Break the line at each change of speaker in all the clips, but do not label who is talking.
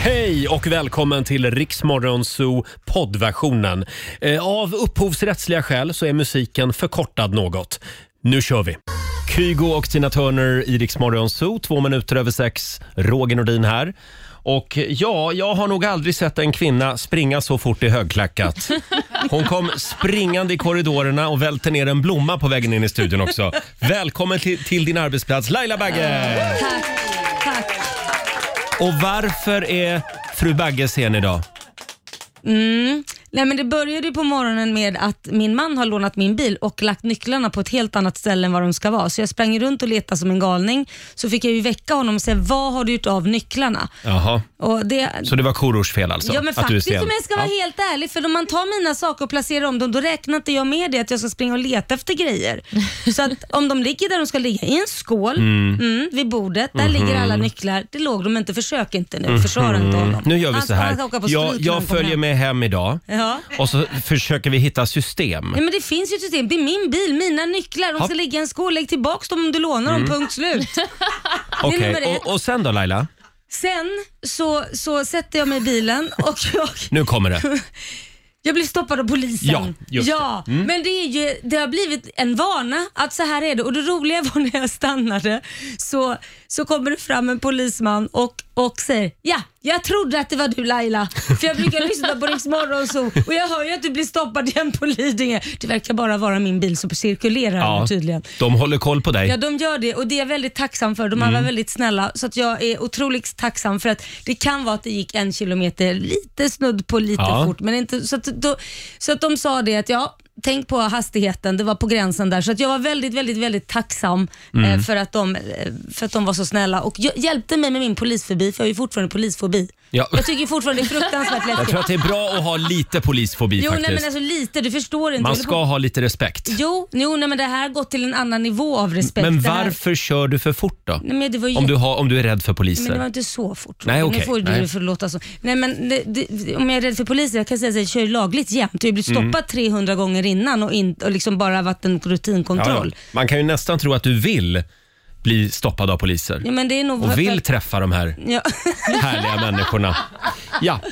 Hej och välkommen till Riksmorgon Zoo poddversionen. Eh, Av upphovsrättsliga skäl så är musiken förkortad något. Nu kör vi! Kygo och Tina Turner i Riksmorgon Zoo, två minuter över sex. Roger Nordin här. Och ja, jag har nog aldrig sett en kvinna springa så fort i högklackat. Hon kom springande i korridorerna och välte ner en blomma på vägen in i studion också. Välkommen till, till din arbetsplats, Laila Bagge!
Tack, tack.
Och varför är fru Bagge sen idag?
Mm. Nej, men det började ju på morgonen med att min man har lånat min bil och lagt nycklarna på ett helt annat ställe än vad de ska vara. Så jag sprang runt och letade som en galning. Så fick jag ju väcka honom och säga, vad har du gjort av nycklarna?
Jaha.
Och det,
Så det var Korosh fel alltså?
ja men
att du är
faktiskt
sen.
om jag ska vara helt ärlig, för om man tar mina saker och placerar om dem, då räknar inte jag med det att jag ska springa och leta efter grejer. Så att om de ligger där de ska ligga, i en skål
Mm. Mhm.
mm. vid bordet, där ligger alla nycklar. Det låg de inte, försök inte nu, försvara inte
Mm.
honom.
Nu gör vi
Han
så
ska- han ska
här.
åka på
Jag,
stryk när han
jag
kommer
följer
hem.
med hem idag
Ja.
och så försöker vi hitta system.
Nej, men det finns ju ett system. Det är min bil, mina nycklar. De
Ja.
ska ligga i en skål. Lägg tillbaka dem om du lånar
Mm.
dem, punkt slut. det är
Okej,
nummer ett.
och, och sen då Laila?
Sen så, så sätter jag mig i bilen och jag,
Nu kommer det.
jag blir stoppad av polisen.
Ja, just det.
ja
Mm.
men det, är ju, det har blivit en vana att så här är det. Och det roliga var när jag stannade så, så kommer det fram en polisman och, och säger ja, jag trodde att det var du Laila. För jag brukar lyssna på Rix Morgonzoo och jag hör ju att du blir stoppad igen på Lidingö. Det verkar bara vara min bil som cirkulerar
Ja,
tydligen.
de håller koll på dig.
Ja, de gör det och det är jag väldigt tacksam för. De här
Mm.
var väldigt snälla så att jag är otroligt tacksam för att det kan vara att det gick en kilometer lite snudd på lite
Ja.
fort. Men inte, så, att, då, så att de sa det att ja, tänk på hastigheten, det var på gränsen där. Så att jag var väldigt, väldigt, väldigt tacksam
Mm.
eh, för, att de, eh, för att de var så snälla och hj- hjälpte mig med min polisfobi för jag har ju fortfarande polisfobi.
Ja.
Jag tycker fortfarande det är fruktansvärt läskigt.
Jag tror att det är bra att ha lite polisfobi
Jo, nej,
faktiskt.
men alltså lite, du förstår inte.
Man
Jag håller på-
ska ha lite respekt.
Jo, jo nej, men det här har gått till en annan nivå av respekt.
Men
Det här-
varför kör du för fort då?
Nej, men det var ju
om, du har, om du är rädd för
Men det var
poliser?
inte så fort.
Nej,
Nu
okej.
får
Nej.
du för låta så. Nej, men det, det, om jag är rädd för polisen, jag kan säga att jag kör lagligt jämt. Jag har blivit
Mm.
stoppad 300 gånger innan och, in, och liksom bara varit en rutinkontroll.
Ja, ja. Man kan ju nästan tro att du vill bli stoppad av poliser.
Ja, men det är nog
och vill träffa de här
Ja.
härliga människorna. Ja, eh,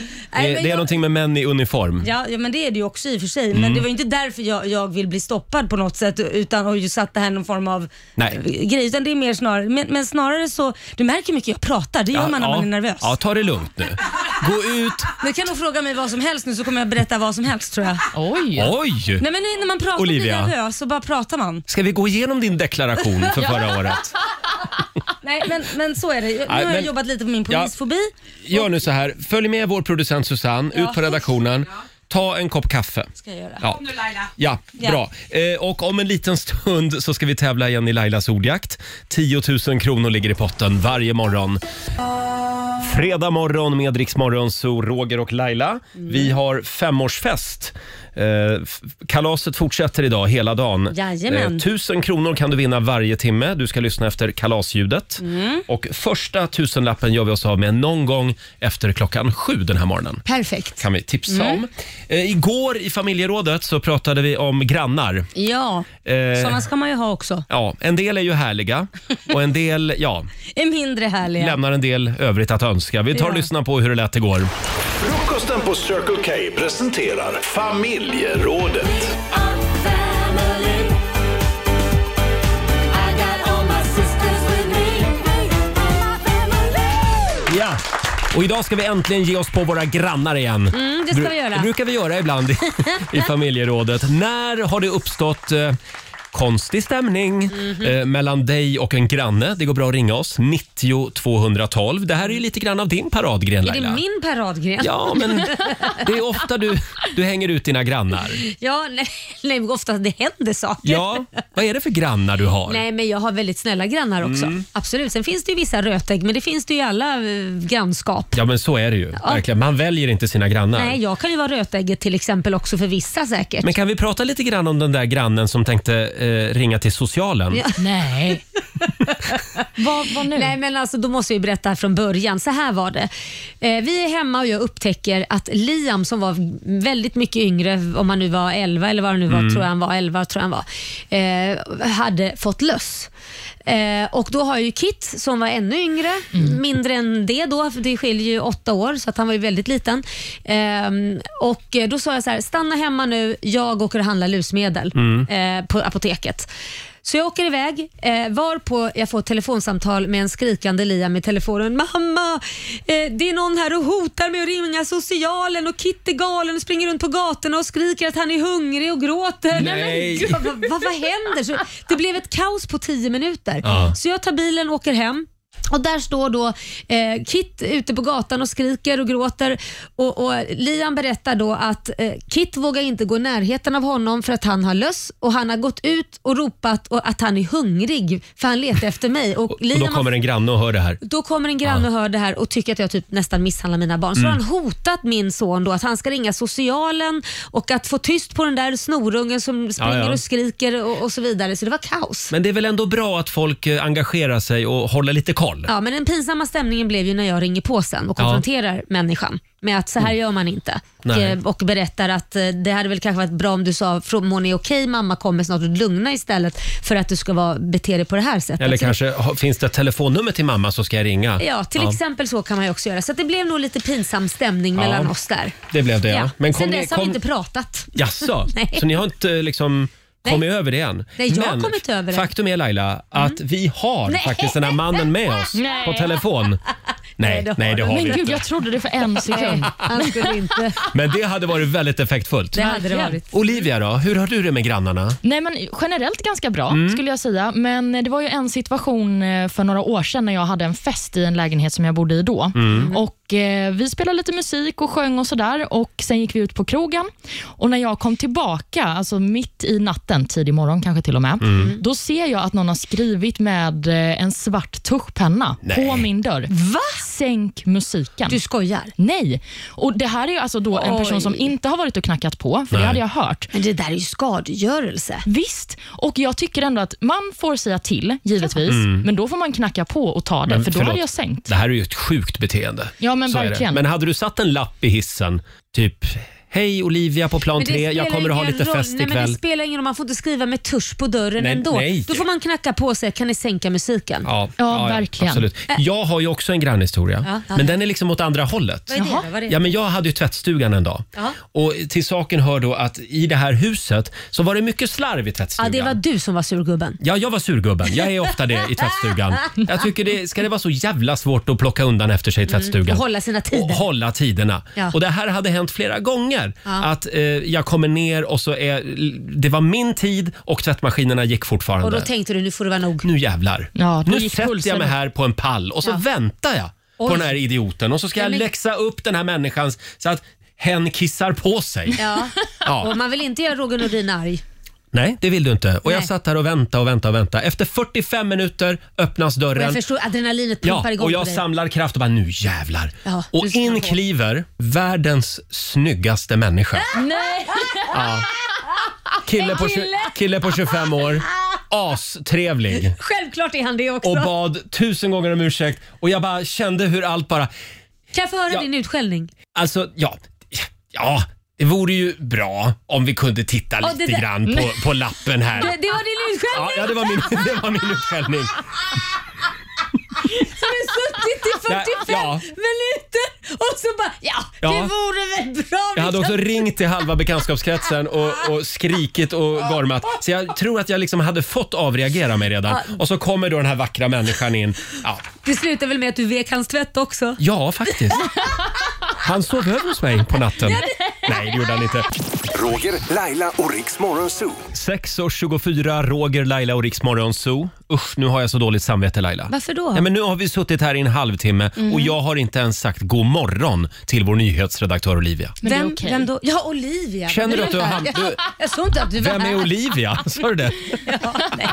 det,
Nej, men
det är
jag-
någonting med män i uniform.
Ja, ja, men det är det ju också i och för sig.
Mm.
Men det var ju inte därför jag, jag vill bli stoppad på något sätt utan och ju satt det här någon form av eh,
Nej.
grej. Utan det är mer snarare, men, men snarare så, du märker hur mycket jag pratar. Det gör man när man är nervös.
Ja, ta det lugnt nu. Gå ut.
Du kan nog fråga mig vad som helst nu så kommer jag berätta vad som helst tror jag.
Oj. Oj.
Nej men när man pratar
Olivia.
blir jag nervös så bara pratar man.
Ska vi gå igenom din deklaration för
Ja.
förra året?
Nej, men, men så är det. Nu
Nej,
har
men-
jag jobbat lite på min
Ja.
polisfobi.
Gör nu så här. Följ med vår producent Susanne
Ja.
ut på redaktionen. Ta en kopp kaffe.
Ska jag göra.
Ja. Ja,
Ja.
bra. Eh, och om en liten stund så ska vi tävla igen i Lailas ordjakt. 10 000 kronor ligger i potten varje morgon. Fredag morgon med Rix Morgon, så Roger och Laila.
Mm.
Vi har femårsfest. Eh, f- kalaset fortsätter idag hela dagen. Eh,
Jajamän.
tusen kronor kan du vinna varje timme. Du ska lyssna efter kalasljudet.
Mm.
Och första tusenlappen gör vi oss av med någon gång efter klockan sju den här morgonen
Perfekt.
kan vi tipsa
Mm.
om. Eh, igår i familjerådet så pratade vi om grannar.
Ja,
Eh.
sådana ska man ju ha också.
Ja, en del är ju härliga och en del, ja,
Är mindre härliga.
lämnar en del övrigt att önska. Vi tar och
Ja.
lyssnar på hur det lät igår.
Frukosten på Circle K presenterar familjerådet.
Ja. Och idag ska vi äntligen ge oss på våra grannar igen.
Mm, det ska
Bru-
vi göra.
brukar vi göra ibland i, i familjerådet. När har det uppstått eh, konstig stämning
Mhm.
eh, mellan dig och en granne? Det går bra att ringa oss. 90 212. Det här är ju lite grann av din paradgren
Är
Laila.
det min paradgren?
Ja, men det är ofta du, du hänger ut dina grannar.
ja, nej, nej, ofta det händer saker.
Ja, vad är det för grannar du har?
Nej, men jag har väldigt snälla grannar också.
Mm.
Absolut. Sen finns det ju vissa rötägg, men det finns det ju i alla eh, grannskap.
Ja, men så är det ju.
Ja.
Verkligen. Man väljer inte sina grannar.
Nej. jag kan ju vara rötägget till exempel också för vissa säkert.
Men kan vi prata lite grann om den där grannen som tänkte eh, ringa till socialen?
Ja. Nej. vad, nu? Nej, men alltså, då måste vi berätta från början. Så här var det. Eh, vi är hemma och jag upptäcker att Liam som var väldigt mycket yngre, om han nu var 11 eller vad han nu var,
Mm.
tror jag han var, 11 tror jag han var, eh, hade fått löss. Eh,
Eh, och då har jag ju Kit som var ännu yngre, mindre än det då, för det skiljer ju åtta år så att han var ju väldigt liten. Ehm, och eh, då sa jag så här, stanna hemma nu, jag åker och handlar lusmedel eh, på apoteket. Så jag åker iväg, eh, varpå jag får ett telefonsamtal med en skrikande Liam i telefonen. Mamma, eh, det är någon här och hotar med att ringa socialen och Kit är galen och springer runt på gatorna och skriker att han är hungrig och gråter.
Nej.
Men Vad, vad, vad händer? Så det blev ett kaos på tio minuter.
Ja.
Så jag tar bilen och åker hem. Och Där står då eh, Kit ute på gatan och skriker och gråter. Och, och Liam berättar då att eh, Kit vågar inte gå i närheten av honom för att han har löss och han har gått ut och ropat och att han är hungrig för han letar efter mig. Och,
Och
Liam
då
har
kommer en granne och hör det här.
då kommer en granne och hör det här och tycker att jag typ nästan misshandlar mina barn. Så har
Mm.
han hotat min son då att han ska ringa socialen och att få tyst på den där snorungen som springer
Ja, ja.
och skriker och, och så vidare. Så det var kaos.
Men det är väl ändå bra att folk eh, engagerar sig och håller lite koll?
Ja, men den pinsamma stämningen blev ju när jag ringer på sen och
Ja. Mm.
konfronterar människan med att så här gör man inte.
Nej.
Och, och berättar att eh, det hade väl kanske varit bra om du sa "Frå- mår ni okej mamma kommer snart och lugna istället för att du ska vara, bete dig på det här sättet.
Eller
Så-
kanske ha- finns det ett telefonnummer till mamma så ska jag ringa?
Ja, till exempel så kan man ju också göra. Så att det blev nog lite pinsam stämning
Ja.
mellan oss där.
Det blev det ja.
Ja.
Men
Sen
ni-
dess har vi inte pratat.
Jaså,
Nej.
så ni har inte liksom kommit över det än?
Nej, jag har
Men
kommit över det. Mm.
faktum är Laila att vi har
Nej.
faktiskt den här mannen med oss
Nej.
på telefon. Nej,
det har
nej det har
Men
vi
gud,
inte.
jag trodde det för en sekund.
Nej, han skulle inte.
Men det hade varit väldigt effektfullt.
Det hade det varit.
Olivia då, hur har du det med grannarna?
Nej, men generellt ganska bra
Mm.
skulle jag säga. Men det var ju en situation eh, för några år sedan när jag hade en fest i en lägenhet som jag bodde i då.
Mm.
Och eh, Vi spelade lite musik och sjöng och sådär och sen gick vi ut på krogen. Och När jag kom tillbaka, alltså mitt i natten, tidig morgon kanske till och med,
Mm.
då ser jag att någon har skrivit med eh, en svart tuschpenna på
Nej.
min dörr.
Va?
Sänk musiken.
Du skojar?
Nej. Och Det här är ju alltså då en person som
Oj.
inte har varit och knackat på, för
Nej.
det hade jag hört.
Men det där är ju skadegörelse.
Visst, och jag tycker ändå att man får säga till, givetvis, men då får man knacka på och ta det,
Mm. Men
för då
förlåt.
hade jag sänkt.
Det här är ju ett sjukt beteende.
Ja, men
Så är det.
verkligen.
Men hade du satt en lapp i hissen, typ Hej Olivia på plan
Men det
tre, jag
spelar
kommer att ha
ingen
lite
roll.
fest
nej, men
ikväll.
Det spelar ingen roll, man får inte skriva med tusch på dörren
Nej,
ändå.
nej.
Då får man knacka på och säga, kan ni sänka musiken?
Ja,
Ja, verkligen.
Absolut. Jag har ju också en grannhistoria,
Ja, ja.
men den är liksom åt andra hållet.
Vad är det? då? Vad är det?
Ja, men jag hade ju tvättstugan en dag.
Ja.
Och till saken hör då att i det här huset så var det mycket slarv i
Ja,
tvättstugan.
det var du som var surgubben.
Ja, jag var surgubben. Jag är ofta det i tvättstugan. Jag tycker det, ska det vara så jävla svårt att plocka undan efter sig i tvättstugan?
Mm, Och hålla sina tider.
Och hålla tiderna.
Ja.
Och det här hade hänt flera gånger. Att eh, jag kommer ner och så är, det var min tid och tvättmaskinerna gick fortfarande.
Och då tänkte du, nu får det vara nog.
nu jävlar.
Ja, då
nu
gick
sätter jag
pulsen
mig
upp.
här på en pall och så väntar jag på
Oj.
den här idioten och så ska jag
men-
läxa upp den här människan så att hen kissar på sig.
Ja.
Ja.
Och man vill inte göra Roger Nordin arg.
Nej, det vill du inte. Och jag
Nej.
satt där och väntade och väntade och väntade. Efter 45 minuter öppnas
Och
dörren.
jag förstår, adrenalinet
Ja,
pumpar igång
och
på
jag
dig.
samlar kraft och bara nu jävlar.
Ja,
och
nu ska jag
in
gå.
kliver världens snyggaste människa.
Nej.
Kille på, tju- kille på 25 år, astrevlig
Självklart är han det också.
och bad tusen gånger om ursäkt och jag bara kände hur allt bara,
Kan jag få höra
Ja.
din utskällning?
alltså ja, ja. Det vore ju bra om vi kunde titta
Ja, det
lite
där-
grann på, på lappen här.
Det, det var din utskällning
Ja, ja det var min, det var min utskällning.
som är suttit i 45
Ja.
minuter och så bara ja,
Ja.
det vore väl bra om
Jag hade
vi
också
kan-
ringt till halva bekantskapskretsen och, och skrikit och gormat. Så jag tror att jag liksom hade fått avreagera mig redan. Och så kommer då den här vackra människan in. Ja,
Det slutar väl med att du vek hans tvätt också?
ja faktiskt. Han sov över hos mig på natten. Nej, det gjorde han inte.
Roger, Laila och Riks Morgonzoo.
6.24, Roger, Laila och Riksmorgon Zoo. Usch, nu har jag så dåligt samvete Laila.
Varför då? Mm.
Ja, men nu har vi suttit här i en halvtimme och jag har inte ens sagt god morgon till vår nyhetsredaktör Olivia.
Men det är
vem,
okej.
vem då? Ja, Olivia.
Känner du att du har
Ja,
hamnat... du-
Jag såg inte att du var
Vem är
här.
Olivia? Sa du det?
Nej,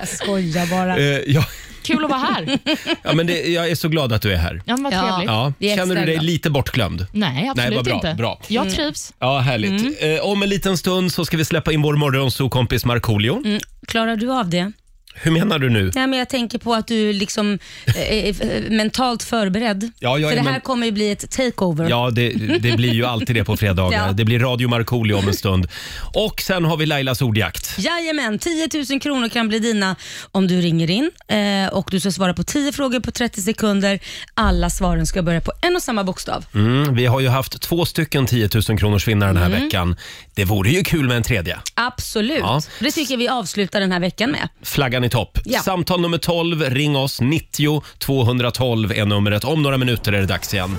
jag skojar bara.
Eh, ja,
Kul att vara här.
ja, men det, jag är så glad att du är här.
Ja, vad
Ja.
trevligt.
Ja.
Vi är
Känner du
extra
dig
glada.
lite bortglömd?
Nej, absolut
Nej, vad bra,
inte.
bra. Mm.
Jag trivs.
Ja, härligt.
Mm.
Eh, om en liten stund så ska vi släppa in vår morgonsokompis Markoolio.
Klarar du av det?
Hur menar du nu?
Nej, men jag tänker på att du liksom eh, är eh, mentalt förberedd.
Ja, jag
För
är
det här
men-
kommer ju bli ett takeover.
Ja, det, det blir ju alltid det på fredagar.
Ja.
Det blir Radio Markoolio om en stund. Och sen har vi Lailas ordjakt.
Jajamän, 10 000 kronor kan bli dina om du ringer in eh, och du ska svara på 10 frågor på 30 sekunder. Alla svaren ska börja på en och samma bokstav.
Mm, vi har ju haft två stycken 10 000 kronors vinnare den här
Mm.
veckan. Det vore ju kul med en tredje.
Absolut.
Ja.
Det tycker jag vi avslutar den här veckan med.
Flaggan i topp.
Ja.
Samtal nummer 12, ring oss. 90 212 är numret. Om några minuter är det dags igen.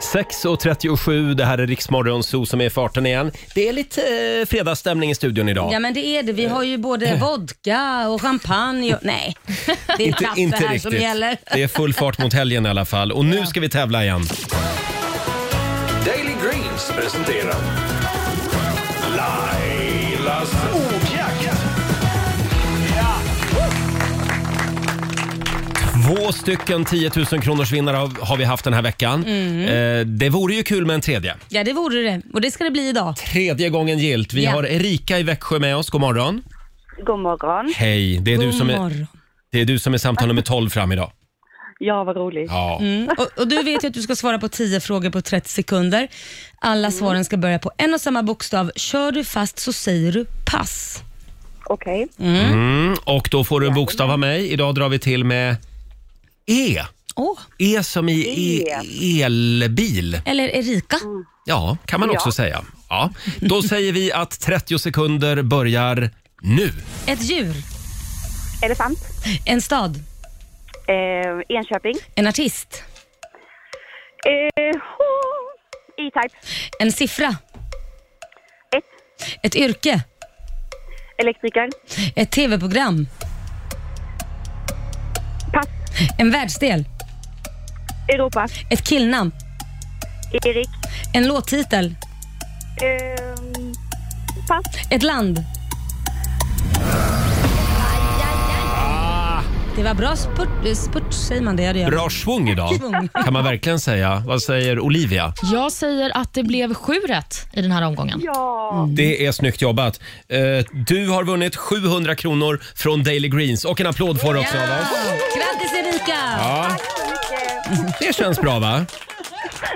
6.37, det här är Riksmorgon Zoo som är i farten igen. Det är lite eh, fredagsstämning i studion idag.
Ja men det är det. Vi har ju både
Eh.
vodka och champagne. Och, nej, det är kaffe här som gäller.
Det är full fart mot helgen i alla fall. Och nu ska vi tävla igen.
Daily Greens presenterar Lailas ordjakt.
Två stycken 10 000 kronors vinnare har, har vi haft den här veckan.
Mm.
Eh, det vore ju kul med en tredje.
Ja det vore det och det ska det bli idag.
Tredje gången gilt. Vi
Ja.
har Erika i Växjö med oss. God morgon.
God morgon.
Hej, det är, du
God
som är,
morgon.
det är du som är samtal nummer 12 fram idag.
Ja, vad roligt.
Ja.
Mm. Och, och du vet ju att du ska svara på 10 frågor på 30 sekunder. Alla svaren ska börja på en och samma bokstav. Kör du fast så säger du pass.
Okej.
Mm, och då får du en bokstav av mig. Idag drar vi till med E.
Åh,
E som i e- elbil.
eller Erika.
Ja, kan man också säga. Ja. Då säger vi att 30 sekunder börjar nu.
Ett djur,
Elefant.
en stad,
Eh, Enköping.
en artist,
Eh, oh, E-Type.
en siffra,
Ett.
ett yrke,
Elektriker.
ett tv-program,
Pass.
en världsdel,
Europa.
ett killnamn,
Erik.
en låttitel,
Eh, pass.
ett land. Det var bra spurt, spurt säger man det? Ja, det gör man.
Bra svung idag,
Svung.
kan man verkligen säga. Vad säger Olivia?
Jag säger att det blev sju rätt i den här omgången.
Ja.
Det är snyggt jobbat. Eh, Du har vunnit 700 kronor från Daily Greens och en applåd får du också av oss.
Grattis Erika!
Ja,
Tack så mycket.
det känns bra va?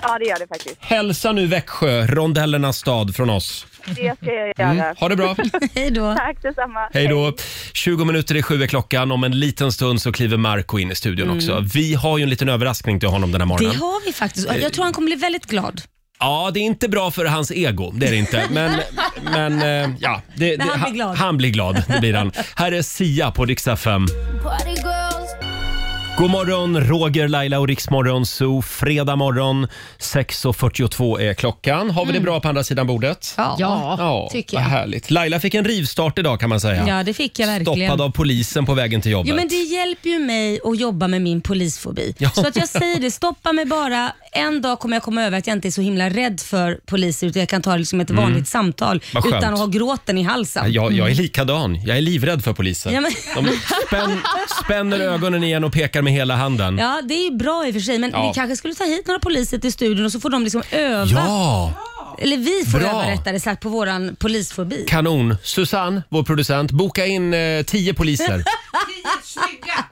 Ja, det gör det faktiskt.
Hälsa nu Växjö, rondellernas stad från oss.
Det ska jag göra.
Ha det bra.
Hej då.
Tack detsamma.
Mm. Hej då. 20 minuter i sju är klockan. Om en liten stund så kliver Marco in i studion också. Vi har ju en liten överraskning till honom den här
Det
morgonen.
har Mm. vi faktiskt. Jag tror han kommer bli väldigt glad.
Ja, det är inte bra för hans ego. Det är det inte. Men, men eh, ja. Det,
Men han
det-
blir glad.
Han blir glad. Det blir han. Här är Sia på Rix FM. God morgon, Roger, Laila och Riksmorgon Zoo. Fredag morgon 6.42 är klockan. Har vi det bra på andra sidan bordet?
Ja.
Ja,
Mm. tycker
vad
jag.
härligt. Laila fick en rivstart idag kan man säga.
Ja, det fick jag verkligen.
Stoppad av polisen på vägen till jobbet.
Jo, men det hjälper ju mig att jobba med min polisfobi.
Ja.
Så att jag säger det, stoppa mig bara. En dag kommer jag komma över att jag inte är så himla rädd för poliser utan jag kan ta liksom ett vanligt samtal
Mm. Vad skönt.
utan att ha gråten i halsen.
Jag, jag är likadan. Jag är livrädd för polisen.
Mm. Ja, men-
De spänn, spänner ögonen igen och pekar med hela handen.
Ja, det är ju bra i och för sig, men
Ja.
vi kanske skulle ta hit några poliser till studion och så får de liksom öva.
Ja,
Eller vi får
Bra.
öva rättare sagt på våran polisfobi.
kanon. Susanne, vår producent, boka in eh, tio poliser.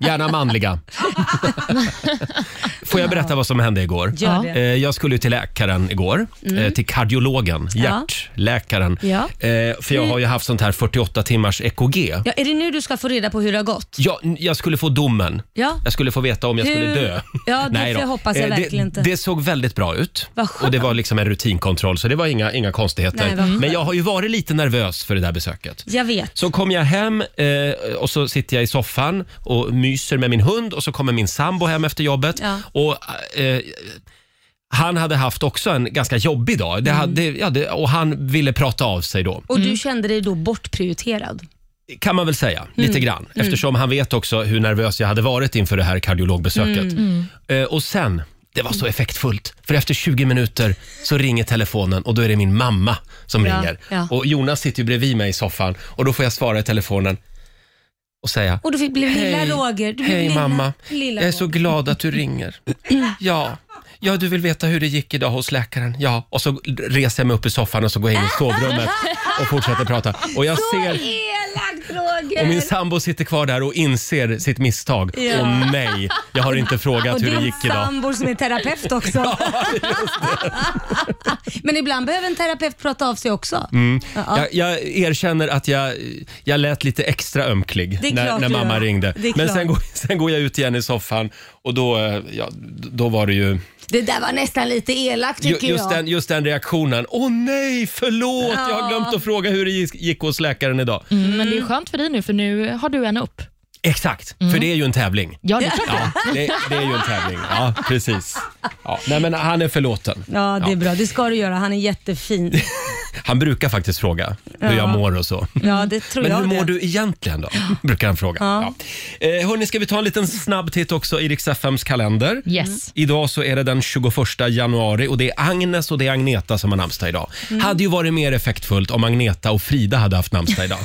Gärna manliga. Får jag berätta vad som hände igår?
Gör
Eh,
det. Mm.
Jag skulle ju till läkaren igår, eh, till kardiologen, hjärtläkaren.
Ja.
Eh, För jag har ju haft sånt här 48 timmars EKG.
Ja, är det nu du ska få reda på hur det har gått?
Ja, n- jag skulle få domen.
Ja.
Jag skulle få veta om jag skulle
Hur-
dö.
Ja, det får
då.
jag hoppas jag
Eh,
verkligen
det,
inte.
Det såg väldigt bra ut.
Vad skönt.
Och Det var liksom en rutinkontroll, så det var inga, inga konstigheter.
Nej, vad skönt.
Men jag har ju varit lite nervös för det där besöket.
Jag vet.
Så kom jag hem eh, och så sitter jag i soffan och myser med min hund och så kommer min sambo hem efter jobbet.
Ja.
Och, eh, han hade haft också en ganska jobbig dag det hade, ja, det, och han ville prata av sig då
Och du kände dig då bortprioriterad?
kan man väl säga,
Mm.
lite grann. Eftersom han vet också hur nervös jag hade varit inför det här kardiologbesöket.
Mm.
Eh, och sen, det var så effektfullt. För efter 20 minuter så ringer telefonen och då är det min mamma som
Ja,
ringer.
ja.
Och Jonas sitter ju bredvid mig i soffan och då får jag svara i telefonen och säga
Och du fick bli lilla
Hej,
Roger. Du blev
hej
lilla,
mamma.
Lilla
jag är så
Roger.
glad att du ringer. Ja. ja, du vill veta hur det gick idag hos läkaren. Ja, och så reser jag mig upp i soffan och så går jag in i sovrummet och fortsätter prata. Och jag ser,
Exakt Roger!
Och min sambo sitter kvar där och inser sitt misstag.
Ja.
Och nej, jag har inte frågat
och
hur det
din
gick idag.
sambo som är terapeut också. Men ibland behöver en terapeut prata av sig också.
Mm.
Ja.
Jag, jag erkänner att jag, jag lät lite extra ömklig
Det är
när,
klart
när
du
mamma
gör.
ringde.
Det är
Men
klart.
sen går, sen går jag ut igen i soffan och då, eh, ja, då var det ju
Det där var nästan lite elakt
ju,
tycker
just,
jag.
den, just den reaktionen. Åh nej, förlåt! Jag har glömt att fråga hur det gick- gick hos läkaren idag.
Mm, Men det är skönt för dig nu, för nu har du en upp.
Exakt,
Mm.
för det är ju en tävling.
Ja, det är klart.
Ja, det, det är ju en tävling. Ja, precis. Ja, nej, men han är förlåten.
Ja, det är bra. Det ska du göra. Han är jättefin.
Han brukar faktiskt fråga hur jag mår och så.
Ja, det tror
Men
jag
hur mår
det.
du egentligen då? Brukar han fråga. Ja. Eh, hörni, ska vi ta en liten snabb titt också i Riks-FMs kalender?
Yes.
Idag så är det den 21 januari och det är Agnes och det är Agneta som har namnsdag idag.
Mm.
Hade ju varit mer effektfullt om Agneta och Frida hade haft namnsdag idag.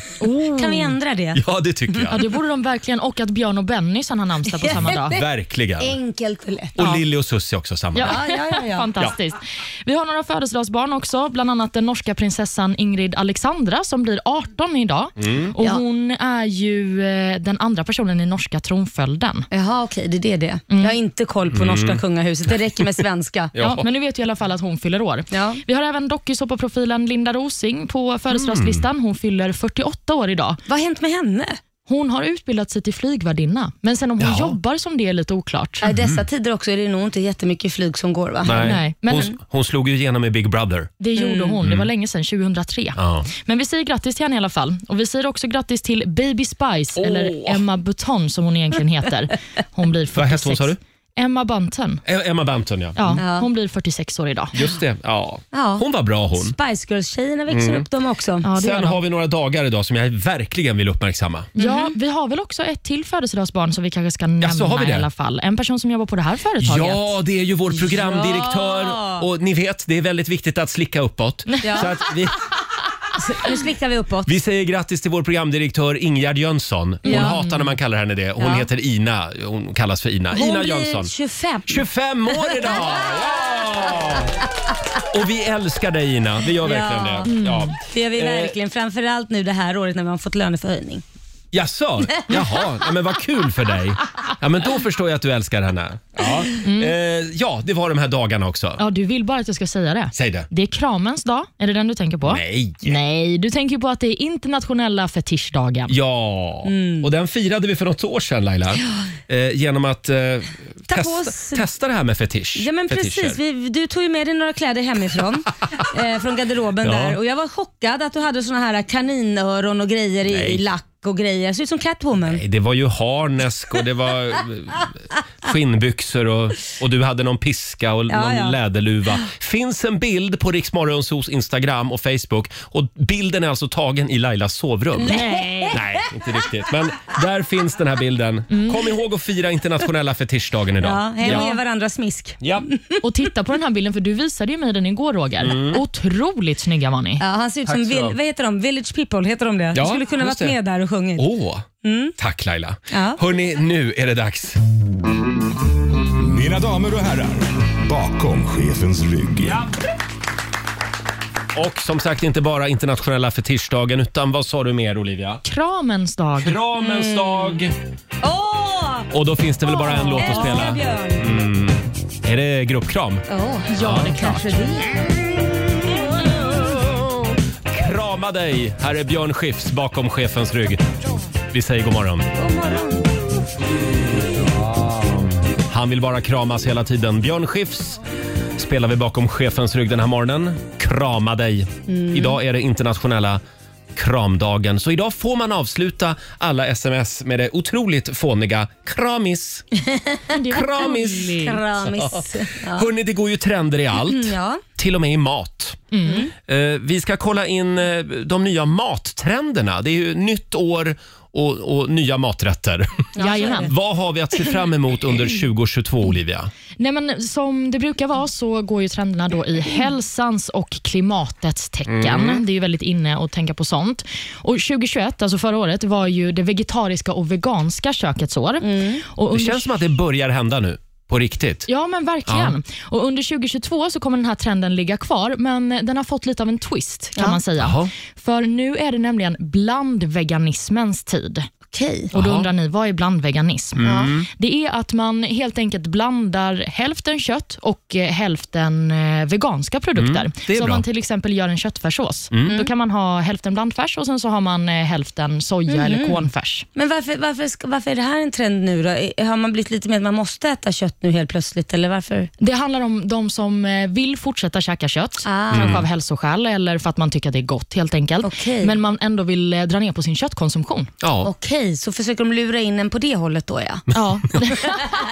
Kan vi ändra det?
Ja, det tycker
Ja,
jag.
det borde de verkligen. Och att Björn och Benny sen har namnsdag på samma dag.
Verkligen.
Enkelt och lätt.
Och Lilly och Susie också samma dag.
Ja, ja, ja, Fantastiskt. Vi har några födelsedagsbarn också, bland annat den norska prinsessan Ingrid Alexandra som blir 18 idag. Och Hon är ju eh, den andra personen i norska tronföljden.
Jaha, okej. Det är det det. Jag har inte koll på norska kungahuset. Det räcker med svenska.
Mm. Ja.
Ja. men nu vet vi i alla fall att hon fyller år.
Ja.
Vi har även dokusåpaprofilen Linda Rosing på födelsedagslistan. Hon fyller 48 år idag.
Vad har hänt med henne?
Hon har utbildat sig till flygvärdinna, men sen om hon
Ja.
jobbar som det är lite oklart.
I dessa tider också är det nog inte jättemycket flyg som går va?
Mm. Nej.
Nej, men-
Hon, hon slog ju igenom i Big Brother.
Det gjorde hon. Det var länge sedan, 2003.
Ja.
Men vi säger grattis till henne i alla fall. Och Vi säger också grattis till Baby Spice, eller Emma Button som hon egentligen heter. Hon blir 46.
Vad hette hon, sa du?
Emma Bunton.
E- Emma Bampton, ja.
Ja, Hon blir 46 år idag.
Just det. Ja.
Ja.
Hon var bra hon.
Spice Girls-tjejerna växer
Mm.
upp de också.
Ja, det gör
Sen
hon.
har vi några dagar idag som jag verkligen vill uppmärksamma.
Ja, vi har väl också ett till födelsedagsbarn som vi kanske ska nämna
så har vi det?
i alla fall. En person som jobbar på det här företaget.
Ja, det är ju vår programdirektör och ni vet, det är väldigt viktigt att slicka uppåt. Så att vi,
Ah, Nu sliktar vi uppåt.
vi säger grattis till vår programdirektör Ingegerd Jönsson. Hon
Ja.
hatar när man kallar henne det. Hon
Ja.
heter Ina. Hon kallas för Ina.
Hon
Ina
blir
Jönsson.
25.
25 år idag! Ja! Och vi älskar dig Ina. Vi gör verkligen
Ja.
det. Ja.
Det gör vi
Eh.
verkligen. Framförallt nu det här året när man fått löneförhöjning.
Jaså? Jaha, ja, men vad kul för dig. Ja, men då förstår jag att du älskar henne. Ja,
Mm.
eh, ja det var de här dagarna också.
Ja, du vill bara att jag ska säga det.
Säg det.
Det är kramens dag. Är det den du tänker på?
Nej.
Nej, du tänker ju på att det är internationella fetischdagen.
Ja,
Mm.
och den firade vi för något år sedan Laila. Eh, genom att eh,
oss-
testa, testa det här med fetisch.
Ja men
fetischer.
precis, vi, du tog ju med dig några kläder hemifrån, eh, från garderoben
Ja.
där och jag var chockad att du hade såna här kaninöron och grejer i,
Nej.
i lack och grejer. Ser ut som Catwoman.
Nej, Det var ju harnesk och det var eh, skinnbyxor och, och du hade någon piska och
Ja,
någon
ja.
läderluva. Finns en bild på Riksmorgonsos Instagram och Facebook och bilden är alltså tagen i Lailas sovrum.
Nej.
Nej, inte riktigt. Men där finns den här bilden. Kom ihåg att fira internationella fetischdagen idag.
Mm. Ja, hej och
ja.
ge varandra smisk.
Ja.
Och titta på den här bilden, för du visade ju mig den igår Roger.
Mm.
Otroligt snygga var ni.
Ja, han ser ut
Tack
som,
så.
vil, vad heter de? Village People, heter de det?
Ja,
du skulle kunna
just
varit
det.
med där och sjungit.
Åh, tack Laila.
Mm. Ja.
Hörni, nu är det dags.
Mina damer och herrar, bakom chefens rygg.
Och som sagt, inte bara internationella fetischdagen, utan vad sa du mer Olivia?
Kramens dag.
Kramens
Mm.
dag.
Åh!
Och då finns det väl bara en låt att
Älskar
spela.
Björn.
Är det gruppkram?
Åh, ja, det kanske det är.
Krama dig! Här är Björn Skifs bakom chefens rygg. Vi säger god morgon.
God morgon.
Han vill bara kramas hela tiden. Björn Skifs spelar vi bakom chefens rygg den här morgonen. Krama dig. Idag är det internationella kramdagen. Så idag får man avsluta alla sms med det otroligt fåniga kramis.
Det var
Kramis.
gulligt.
Kramis.
Hörni, det går ju trender i
Mm,
allt.
Ja.
Till och med i mat. Eh, vi ska kolla in eh, de nya mattrenderna. Det är ju nytt år och, och nya maträtter.
Jajamän.
Vad har vi att se fram emot under 2022, Olivia?
Nej, men som det brukar vara så går ju trenderna då i hälsans och klimatets tecken.
Mm.
Det är ju väldigt inne att tänka på sånt. Och 2021, alltså förra året, var ju det vegetariska och veganska kökets år. Och
Det
under
känns som att det börjar hända nu på På riktigt?
Ja, men verkligen. Och under 2022 så kommer den här trenden ligga kvar, men den har fått lite av en twist kan man säga.
Jaha.
För nu är det nämligen blandveganismens tid.
Okej.
Och då undrar ni, vad är blandveganism?
Mm.
Det är att man helt enkelt blandar hälften kött och eh, hälften eh, veganska produkter.
Mm. det är
så
bra.
om
Mm.
man till exempel gör en köttfärssås, då kan man ha hälften blandfärs och sen så har man eh, hälften soja eller kornfärs.
Men varför, varför, ska- varför är det här en trend nu då? Är- Har man blivit lite mer att man måste äta kött nu helt plötsligt eller varför?
Det handlar om de som eh, vill fortsätta käka kött,
Mm.
kanske av hälsoskäl eller för att man tycker att det är gott helt enkelt.
Okej.
Men man ändå vill eh, dra ner på sin köttkonsumtion.
Ja.
Okej, så försöker de lura in en på det hållet då ja.
Ja.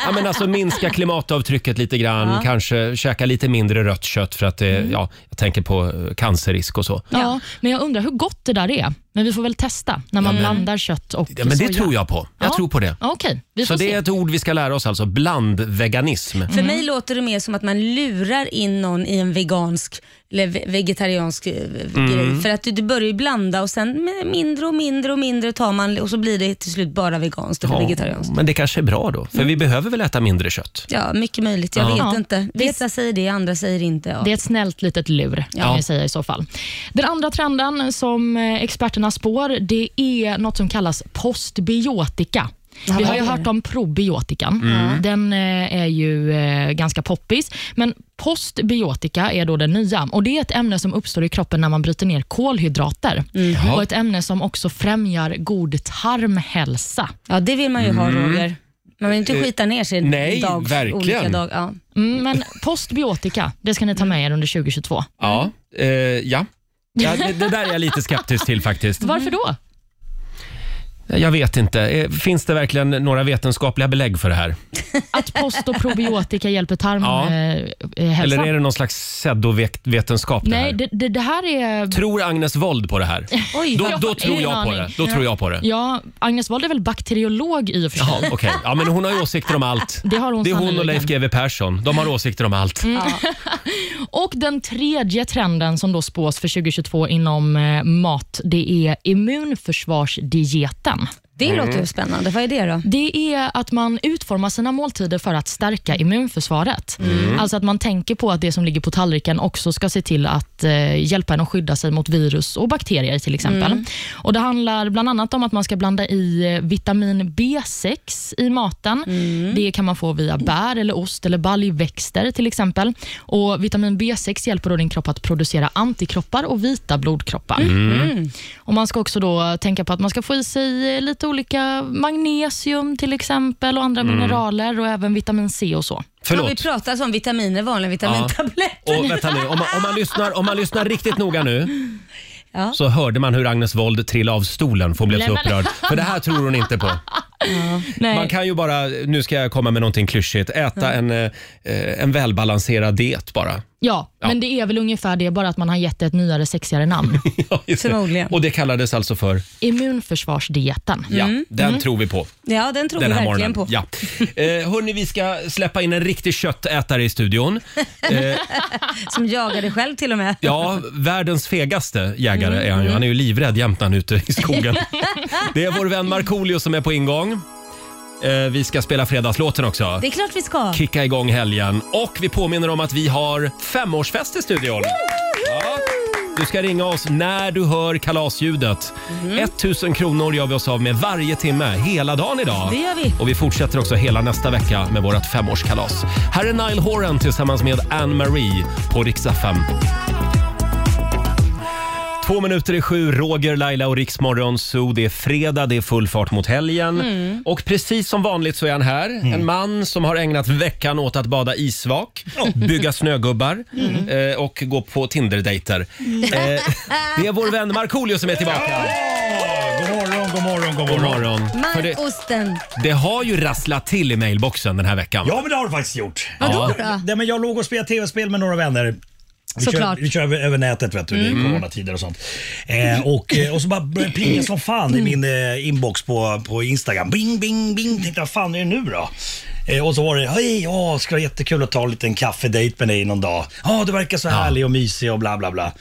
ja, men alltså minska klimatavtrycket lite grann, kanske käka lite mindre rött kött för att det, ja, jag tänker på eh, cancerrisk och så.
Mm. ja, men jag undrar hur gott det där är. Men vi får väl testa när man blandar kött och
Ja, men det
soja.
tror jag på. Jag
Ja.
tror på det.
Ja, Okej, vi
Så
får
det
se.
är ett ord vi ska lära oss alltså, blandveganism.
För mig låter det mer som att man lurar in någon i en vegansk eller ve- vegetariansk eh, grej. För att du, du börjar ju blanda och sen med mindre och mindre och mindre tar man och så blir det till slut bara veganskt eller vegetarianskt.
men det kanske är bra då, för
Mm.
vi behöver väl äta mindre kött?
Ja, mycket möjligt. Jag
Ja.
vet inte. Vissa säger det, andra säger inte. Ja.
Det är ett snällt litet lur, kan
Ja.
jag säga i så fall. Den andra trenden som eh, experterna spår, det är något som kallas postbiotika. Vi har ju hört om
Mm.
probiotikan. Den eh, är ju eh, ganska poppis. Men postbiotika är då den nya. Och Det är ett ämne som uppstår i kroppen när man bryter ner kolhydrater. Och Ett ämne som också främjar god tarmhälsa.
Ja, det vill man ju ha Roger. Man vill inte skita ner sig
nej,
dag,
verkligen.
olika dag. Ja.
Mm, men postbiotika, det ska ni ta med er under 2022.
Ja. Eh, ja. ja det, det där är jag lite skeptisk till faktiskt.
Varför då?
Jag vet inte. Eh, Finns det verkligen några vetenskapliga belägg för det här?
Att post och probiotika hjälper eh,
Ja.
tarmhälsan?
Eller är det någon slags pseudovetenskap det här?
Nej, det, det, det här är...
Tror Agnes Wold på det här?
Oj,
Då,
vad-
då tror
ingen
jag på
aning.
det. Då tror jag på det.
Ja, Agnes Wold är väl bakteriolog i och för sig.
Jaha, okej. Ja, men hon har ju åsikter om allt.
Det Mm. har hon
Det är hon och
sannoliken.
Leif GW Persson. De har åsikter om allt.
Och den tredje trenden som då spås för 2022 inom eh, mat, det är immunförsvarsdieten.
det låter ju spännande. Vad är det då?
Det är att man utformar sina måltider för att stärka immunförsvaret. Alltså att man tänker på att det som ligger på tallriken också ska se till att eh, hjälpa en att skydda sig mot virus och bakterier till exempel. Och Det handlar bland annat om att man ska blanda i eh, vitamin B6 i maten. Det kan man få via bär, eller ost eller baljväxter till exempel. Och Vitamin B6 hjälper då din kropp att producera antikroppar och vita blodkroppar. Och Man ska också då tänka på att man ska få i sig lite olika magnesium till exempel och andra mineraler och även vitamin C och så.
Har vi
Förlåt.
pratat om vitaminer, vanliga vitamintabletter?
Och vänta nu, om man, om, man lyssnar, om man lyssnar riktigt noga nu
Ja.
så hörde man hur Agnes Wold trillade av stolen för hon blev så
Nej, men-
upprörd. För det här tror hon inte på.
Nej.
Man kan ju bara, nu ska jag komma med någonting klyschigt, äta en, eh, eh, en välbalanserad diet bara.
ja,
Ja.
men det är väl ungefär det, bara att man har gett det ett nyare, sexigare namn.
Ja, just det.
Förmodligen.
Och det kallades alltså för,
Immunförsvarsdieten.
ja, den tror vi på.
Ja, den tror vi
den här
verkligen
morgonen.
på.
Ja. Eh, hörni, vi ska släppa in en riktig köttätare i studion.
Som jagar dig själv till och med.
Ja, världens fegaste jägare är han ju. Han är ju livrädd jämt när han är ute i skogen. Det är vår vän Markoolio som är på ingång. Eh, vi ska spela fredagslåten också.
Det är klart vi ska.
Kicka igång helgen. Och vi påminner om att vi har femårsfest i studion. Ja. Du ska ringa oss när du hör kalasljudet.
Mhm.
1000 kronor gör vi oss av med varje timme hela dagen idag.
Det gör vi.
Och vi fortsätter också hela nästa vecka med vårt femårskalas. Här är Nile Horan tillsammans med Anne Marie på riksdag 5. Två minuter i sju, Roger, Laila och Riksmorgon Zoo. Det är fredag, det är full fart mot helgen. Och precis som vanligt så är han här.
Mm.
En man som har ägnat veckan åt att bada isvak,
Mm.
bygga snögubbar eh, och gå på Tinder-dejter.
Mm.
Eh, det är vår vän Markoolio som är tillbaka.
God morgon, god morgon, god
God
morgon.
morgon. För det,
Markosten.
det har ju rasslat till i mailboxen den här veckan.
Ja, men det har du faktiskt gjort.
Vadå då?
Nej, men jag låg och spelade tv-spel med några vänner. Vi
Såklart.
kör, vi kör över, över nätet vet du, det
Mm.
är coronatider och sånt. Eh, och, eh, och så bara började det plinga som fan
Mm.
i min eh, inbox på, på Instagram. Bing, bing, bing. Tänkte vad fan är det nu då? Eh, och så var det, hej, ja, skulle vara jättekul att ta en liten kaffedejt med dig någon dag. Ja, du verkar så härlig och mysig och bla bla bla.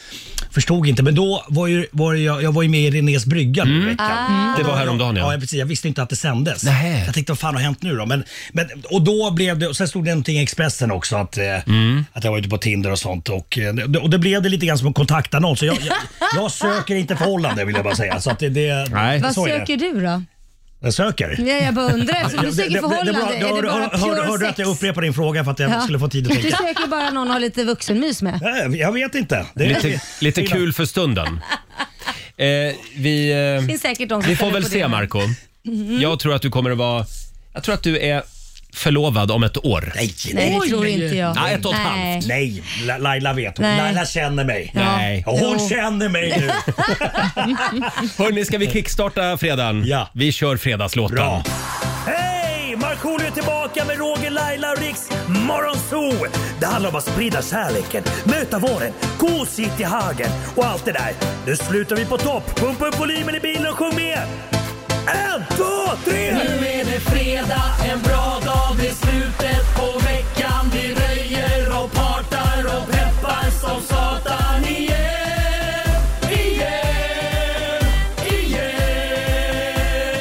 förstod inte. Men då var, ju, var ju jag, jag var ju med i Renés brygga nu i veckan.
Mm.
Ah.
Det var häromdagen
Ja,
ja.
precis. Jag visste inte att det sändes.
Nähä.
Jag tänkte, vad fan har hänt nu då? Men, men, och då blev det, och sen stod det någonting i Expressen också att, eh,
Mm.
att jag var ute på Tinder och sånt. Och, eh, och det blev det lite grann som en kontaktannons. Så Jag, jag, jag söker inte förhållande vill jag bara säga. Så att det, det,
Nej.
Vad
så är
söker du då?
Det. Jag söker.
Ja, jag bara undrar eftersom du
Det- det-
söker
det- det-
förhållande.
det- det-
är det bara
hör- hörde- Hörde
pure
du att
sex?
jag upprepade din fråga för att jag
Ja.
skulle få tid att
Du
tänka?
söker bara någon att ha lite vuxenmys med.
Nej, Jag vet inte. Det är
Lite, lite kul för stunden. Eh, vi,
Det
eh,
finns säkert de som
vi får
ställer
väl
på
se
det. Mm-hmm.
Marco Jag tror att du kommer att vara... Jag tror att du är förlovad om ett år.
Nej,
Nej,
nej.
det tror inte jag.
Ja, ett och ett
Nej.
halvt.
Nej, La- Laila vet. Hon.
Nej.
Laila känner mig.
Nej.
Och Hon
Jo.
känner mig nu.
Hörni, ska vi kickstarta fredagen?
Ja.
Vi kör fredagslåten.
Bra. Hej! Markoolio är tillbaka med Roger, Laila och Riks Morgonzoo. Det handlar om att sprida kärleken, möta våren, gosigt i hagen och allt det där. Nu slutar vi på topp. Pumpa upp volymen i bilen och sjung med. En, två, tre! Nu är det fredag, en bra dag. Det är slutet på veckan. Vi röjer och partar och peppar som satan igen. Igen, igen,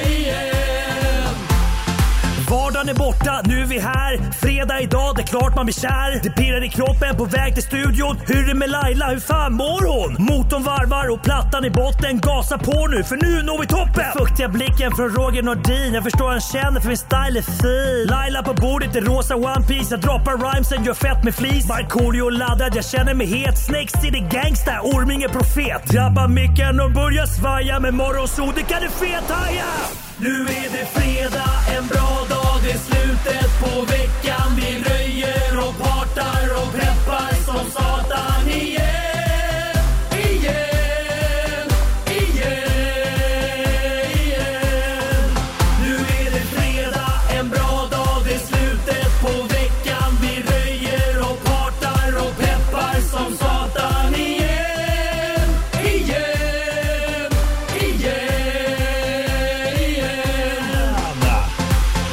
igen. Vardagen är borta, nu är vi här. Fredag idag, det är klart man blir kär. Det pirrar i kroppen på väg till studion. Hur är det med Laila, hur fan mår hon? Motorn varvar och plattan i botten. Gasa på nu, för nu når vi toppen! Den fuktiga blicken från Roger Nordin. Jag förstår han känner, för min style är fin. Laila på bordet i rosa One Piece Jag droppar rhymesen, gör fett med flis. Markoolio laddad, jag känner mig het. Snakes city gangsta, Orminge profet. Drabbar micken och börjar svaja. Med morgonsol, det kan du fethaja! Nu är det fredag, en bra dag, det är slutet på veckan. Vi röjer och partar och peppar som satan igen. Igen, igen, igen. Nu är det fredag, en bra dag, det är slutet på veckan. Vi röjer och partar och peppar som satan igen. Igen, igen, igen.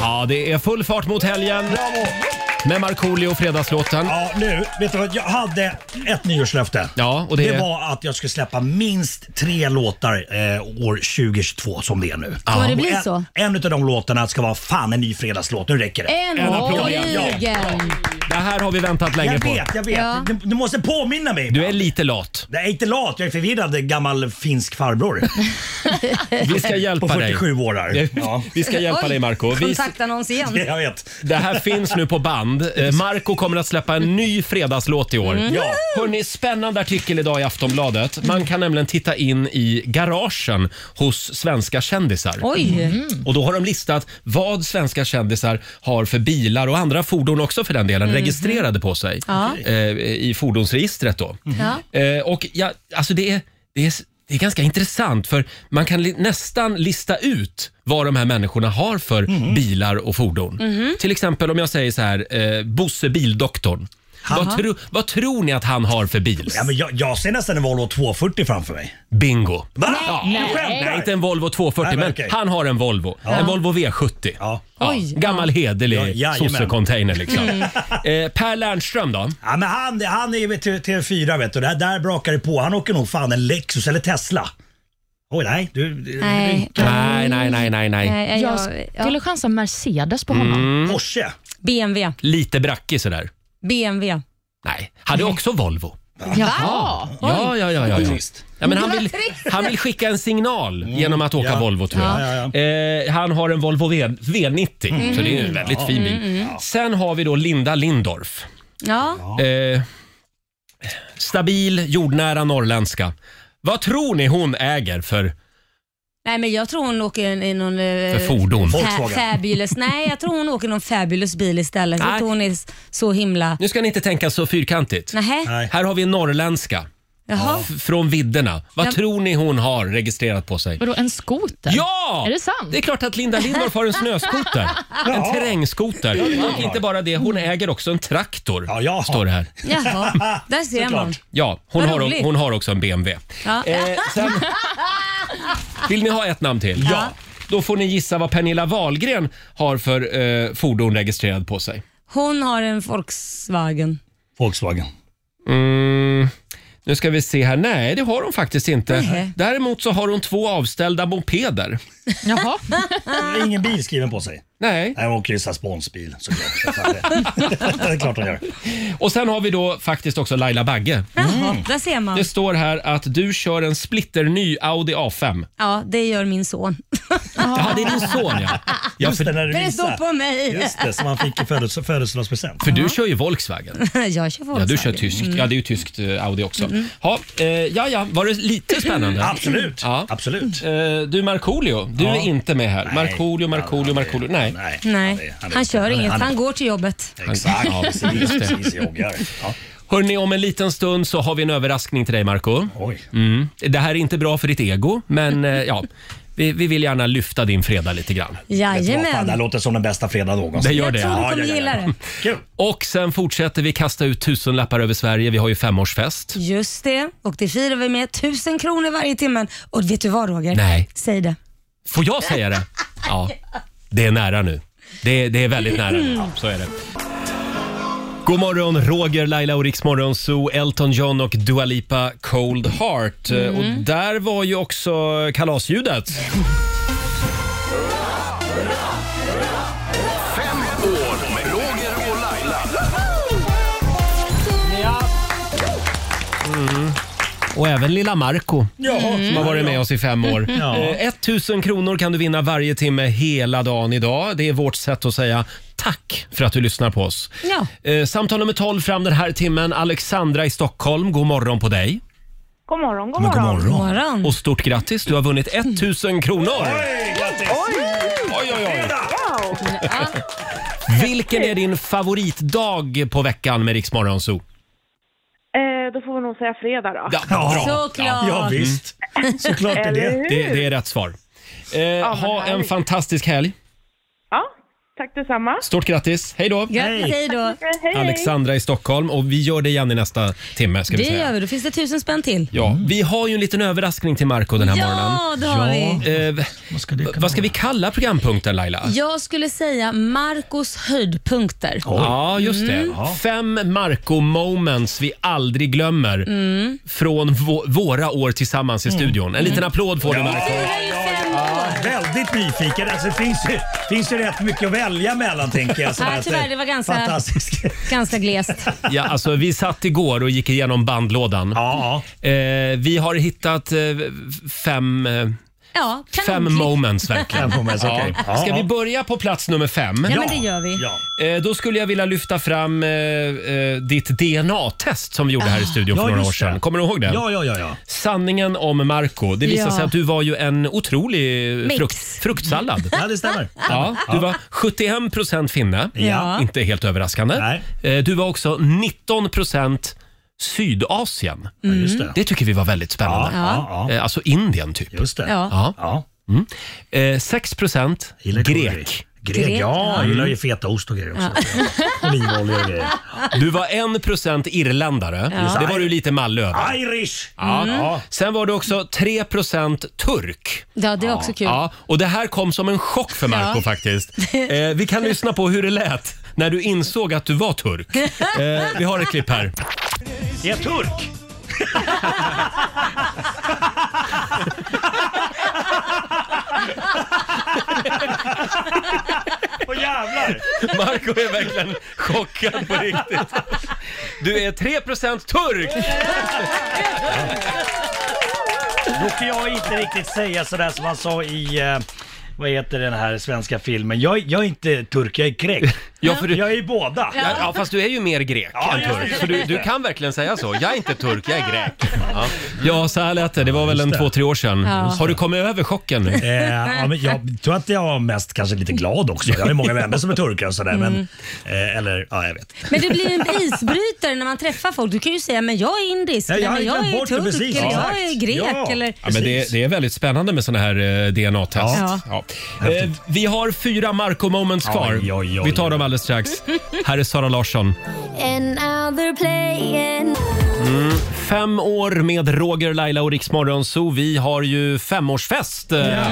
Ja, det är full fart mot helgen med Markoolio och Fredagslåten.
Ja, nu, vet du vad? Jag hade ett nyårslöfte.
Ja, och det
det,
är-
var att jag skulle släppa minst tre låtar eh, år 2022 som det är nu.
Kommer det bli
Och en,
så? Eh,
En av de låtarna ska vara fan en ny fredagslåt. Nu räcker det.
Äntligen!
Det här har vi väntat länge
Jag
på.
vet, jag vet.
Ja.
Du, du måste påminna mig.
Du är lite lat.
Nej, inte lat. Jag är förvirrad gammal finsk farbror.
Vi ska
På
hjälpa dig.
47 år. Där. Ja.
Vi ska hjälpa
Oj,
dig Marco Vi,
Kontaktannons igen.
Jag vet.
det här finns nu på band. Eh, Marco kommer att släppa en ny fredagslåt i år.
Ja.
Hörni, spännande artikel idag i Aftonbladet. Man kan nämligen titta in i garagen hos svenska kändisar.
Oj!
Mm. Och då har de listat vad svenska kändisar har för bilar och andra fordon också för den delen registrerade på sig eh, i fordonsregistret då. Eh, och ja, alltså det är, det är det är ganska intressant för man kan li- nästan lista ut vad de här människorna har för bilar och fordon. Till exempel om jag säger så här, eh, Bosse Bildoktorn. Vad, tro, vad tror ni att han har för bil?
Ja, men jag, jag ser nästan en Volvo 240 framför mig.
Bingo.
Va?
Nej.
Du skämtar?
Nej, inte en Volvo 240
Nej, men
men
okej.
han har en Volvo. En Volvo V70.
Ja.
Ja,
Oj.
gammal hederlig
Ja, jajamän.
sossecontainer liksom. Eh, per Lernström då?
Ja, men han, han är ju vid T- TV4 vet du. Där, där brakar det på. Han åker nog fan en Lexus eller Tesla. Oj nej, du, du-
Nej.
Nej, nej, nej, nej, nej.
Nej,
Jag
jag, ja.
skulle chansa Mercedes på honom.
Mm.
Mm.
Porsche.
BMW.
Lite brackig sådär.
BMW.
Nej, hade också Volvo.
Jaha.
Ja, ja, ja, ja. ja.
Trist.
Ja, men han, vill, han vill skicka en signal genom att åka
Mm. Ja.
Volvo tror jag.
Ja, ja,
Eh, han har en Volvo v, V90, så det är ju en väldigt fin bil. Sen har vi då Linda Lindorff.
Ja.
Eh, stabil, jordnära norrländska. Vad tror ni hon äger för,
Nej, men jag tror hon åker i någon... eh,
för fordon?
Volkswagen.
fa- Fabulous. Nej, jag tror hon åker någon Fabulous bil istället.
Nej.
Jag tror hon är s- så himla...
Nu ska ni inte tänka så fyrkantigt.
Nähä?
Nej.
Här har vi en norrländska
Jaha.
f- från vidderna. Vad
Ja.
tror ni hon har registrerat på sig?
Vadå, en skoter?
Ja!
Är det sant?
Det är klart att Linda Lindorff har en snöskoter. En
Ja.
terrängskoter. Och
klart.
inte bara det, hon äger också en traktor.
Ja, ja.
Står det här.
Jaha. Där ser man.
Såklart.
Ja, hon
Vad
har,
roligt.
hon har också en BMW.
Ja.
Eh, sen, vill ni ha ett namn till?
Ja.
Då får ni gissa vad Pernilla Wahlgren har för eh, fordon registrerad på sig.
Hon har en Volkswagen.
Volkswagen.
Mm, Nu ska vi se här. Nej, det har hon faktiskt inte.
Nej.
Däremot så har hon två avställda mopeder.
Jaha.
Det är Ingen bil skriven på sig.
Nej.
Nej, hon åker ju så här sponsbil såklart. det är klart hon gör.
Och sen har vi då faktiskt också Laila Bagge.
Jaha, där ser man.
Det står här att du kör en splitterny Audi A5.
Ja, det gör min son.
Ja, det är din son ja. ja
Just det,
för,
när du
Det
visar.
står på mig.
Just det, som han fick i födels- födelsedagspresent.
för du kör ju Volkswagen.
Jag kör
Ja,
Volkswagen.
du kör tyskt. Ja, det är ju tyskt eh, Audi också. Ha, eh, ja, ja, var det lite spännande?
Absolut,
Ja.
absolut.
Eh, du Markoolio, du
Ja.
är inte med här.
Nej.
Markoolio, Markoolio, Markoolio. Nej.
Nej,
är-
han
är-
kör inget.
är-
Han går till jobbet.
Exakt,
Ja,
precis.
just det.
precis joggar. Ja.
Hörni, om en liten stund så har vi en överraskning till dig Marco.
Oj.
Mm. Det här är inte bra för ditt ego, men eh, ja, vi, vi vill gärna lyfta din fredag lite grann.
Vet du vad, fan, Det här
Jajamän.
låter som den bästa fredagen
Det
någonsin.
gör det.
Jag tror
ja.
du kommer gilla det.
Kul.
Och sen fortsätter vi kasta ut tusenlappar över Sverige. Vi har ju femårsfest.
Just det. Och det firar vi med tusen kronor varje timme. Och vet du vad Roger?
Nej.
Säg det.
Får jag säga det? Ja, det är nära nu. Det är, det är väldigt nära nu. Ja, så är det. God morgon, Roger, Laila och Riksmorgon Zoo, Elton John och Dua Lipa, Cold Heart. Och där var ju också kalasljudet. Mm. Och även lilla Marco som har varit med oss i fem år.
Ja.
Eh, 1000 kronor kan du vinna varje timme hela dagen idag. Det är vårt sätt att säga tack för att du lyssnar på oss.
Ja.
Eh, Samtal nummer 12 fram den här timmen. Alexandra i Stockholm, god morgon på dig.
God morgon, god
Men god
morgon.
morgon.
Morgon.
Och stort grattis, du har vunnit 1000 kronor.
Hej, grattis!
Oj, oj, oj.
Wow.
Vilken är din favoritdag på veckan med Riksmorgon Zoo?
Eh, då får vi nog säga fredag då.
Ja,
Ja.
Såklart.
Ja, visst. Såklart är
Eller
det.
hur?
Det, det är rätt svar. Eh, ha en
härligt.
fantastisk helg.
Ja, tack detsamma.
Stort grattis. Hej då!
Grattis, hej då.
Eh, Hej, hej.
Alexandra i Stockholm och vi gör det igen i nästa timme. Ska vi
Det
säga.
gör vi. Då finns det tusen spänn till.
Ja,
Mm.
vi har ju en liten överraskning till Marco den här morgonen.
Ja, det har vi.
Eh, v-
Vad ska det kunna
vad ska vi kalla programpunkten Laila?
Jag skulle säga Marcos höjdpunkter.
Ja, just det.
Mm.
Fem Marco-moments vi aldrig glömmer
Mm.
från vå- våra år tillsammans i studion. En liten applåd får du Marco.
Väldigt nyfiken. Alltså, det finns ju, finns ju rätt mycket att välja mellan tänker jag. Så
Ja,
att,
tyvärr,
eh,
det var ganska-
Fantastisk. Ja,
Ganska glest.
Ja, alltså, vi satt igår och gick igenom bandlådan.
ja.
Eh, vi har hittat eh, fem, eh,
Ja, kanon.
fem moments verkligen.
Fem moments, okej.
Ja. Ska
Ja.
vi börja på plats nummer fem?
Ja, men det gör vi.
Ja.
Eh, Då skulle jag vilja lyfta fram eh, eh, ditt DNA-test som vi gjorde här i studion för
Ah, Ja,
några
just
år sedan.
det.
Kommer du ihåg det?
Ja, ja, ja, ja.
Sanningen om Marco. Det visade
Ja.
sig att du var ju en otrolig eh,
Mix.
frukt, fruktsallad.
Ja, det stämmer.
Ja, du var 71 finne.
Ja.
Inte helt överraskande.
Nej.
Eh, Du var också 19 Sydasien.
Ja, just det.
Det tycker vi var väldigt
Ja,
spännande.
ja, ja.
Eh, Alltså Indien typ.
Just det.
Ja.
Ja.
Ja.
Eh, 6
Gillar du
grek.
Grek, ja. Jag gillar ju fetaost och grejer också. Olivolja och grejer.
Du var 1 irländare. Det var du lite mallig över.
Irish!
Mm.
Ja. Mm. Sen var det också 3 turk.
Ja, det är också kul.
Ja, och det här kom som en chock för Marco faktiskt. Eh, vi kan lyssna på hur det lät när du insåg att du var turk. Eh, vi har ett klipp här.
Är jag turk? Åh jävlar!
Marco är verkligen chockad på riktigt. Du är 3 turk!
Då kan jag inte riktigt säga sådär som han sa i, eh, vad heter den här svenska filmen? Jag, jag är inte turk, jag är grek.
Ja, för du,
Jag är båda.
ja, ja, fast du är ju mer grek
Ja,
än
ja,
turk.
ja,
Så du, du kan verkligen säga så. Jag är inte turk, jag är grek. Ja, ja så här lät det. Det var väl en två, tre år sedan. Har du kommit över chocken nu?
Eh, ja, men jag tror att jag var mest kanske lite glad också. Jag har ju många vänner som är turkar och sådär.
Mm.
Men, eh, eller, ja jag vet.
Men det blir ju en isbrytare när man träffar folk. Du kan ju säga men jag är indisk,
Ja,
eller,
jag
men jag
har glömt
är
bort det,
turk,
precis.
eller
Ja.
jag är grek.
Ja.
Eller...
Ja, men det,
Precis.
det är väldigt spännande med sådana här eh, DNA-test. Ja.
Ja.
Eh, vi har fyra Marco moments kvar.
Oj, oj, oj.
vi tar dem alldeles strax. Här är Sara Larsson. Fem år med Roger, Laila och Riksmorgon så Vi har ju femårsfest eh,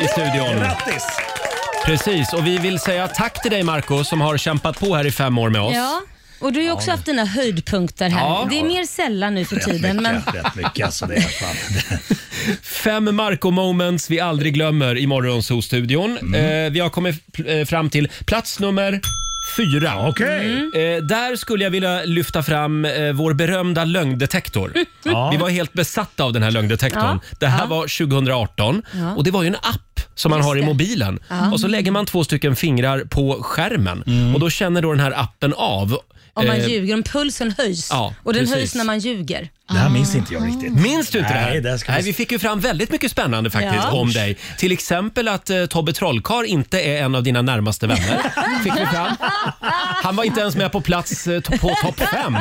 i studion.
Grattis!
Precis, och vi vill säga tack till dig Marco som har kämpat på här i fem år med oss.
Ja. Och du har ju också haft dina höjdpunkter här.
Ja.
Det är mer sällan nu för
Rätt
tiden.
mycket,
Men
rätt mycket. Alltså det är fan.
Fem Marco-moments vi aldrig glömmer i Morgonzoo-studion.
Mm.
Eh, vi har kommit pl- eh, fram till plats nummer fyra.
Okej.
Eh, där skulle jag vilja lyfta fram eh, vår berömda lögndetektor. Vi var helt besatta av den här lögndetektorn. Det här var 2018 och det var ju en app som man har i mobilen. Och så lägger man två stycken fingrar på skärmen och då känner då den här appen av.
om man
eh,
ljuger, om pulsen höjs.
ja,
och den
precis.
höjs när man ljuger.
Det här minns inte jag riktigt.
Minns du inte det här?
Nej, det här ska vi-
Nej, vi fick ju fram väldigt mycket spännande faktiskt
Ja.
om dig. Till exempel att eh, Tobbe Trollkarl inte är en av dina närmaste vänner. fick vi fram. Han var inte ens med på plats eh, to- på topp fem.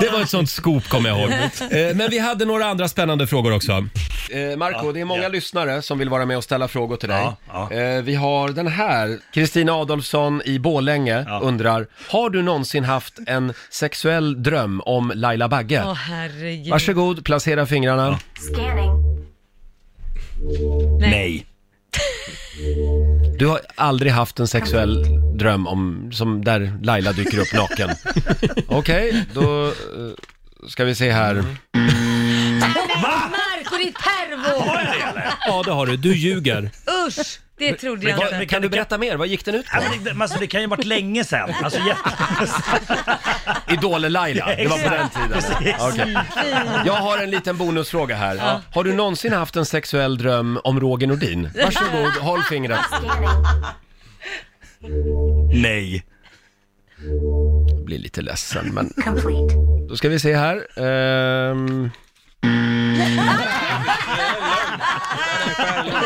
det var ett sånt scoop kommer jag ihåg. Eh, men vi hade några andra spännande frågor också. Eh, Marco, det är många
ja.
lyssnare som vill vara med och ställa frågor till dig.
Ja, ja.
Eh, vi har den här. Kristina Adolfsson i Borlänge
Ja.
undrar, har du någonsin haft en sexuell dröm om Laila Bagge?
Åh herregud.
Varsågod, placera fingrarna.
Nej.
Du har aldrig haft en sexuell dröm om, som där Laila dyker upp naken. Okej, då eh, ska vi se här.
Marco, ditt pervo!
Ja, det har du. Du ljuger.
Usch! Det trodde jag
Vad,
inte.
kan du berätta mer? Vad gick den ut på?
Alltså, det, men alltså, det kan ju ha varit länge sedan. Alltså, jätte-
Idol-Laila, det var på den tiden. Okej. Jag har en liten bonusfråga här. Har du någonsin haft en sexuell dröm om Roger Nordin? Varsågod, håll fingret.
Nej.
Jag blir lite ledsen, men... Då ska vi se här. Ehm.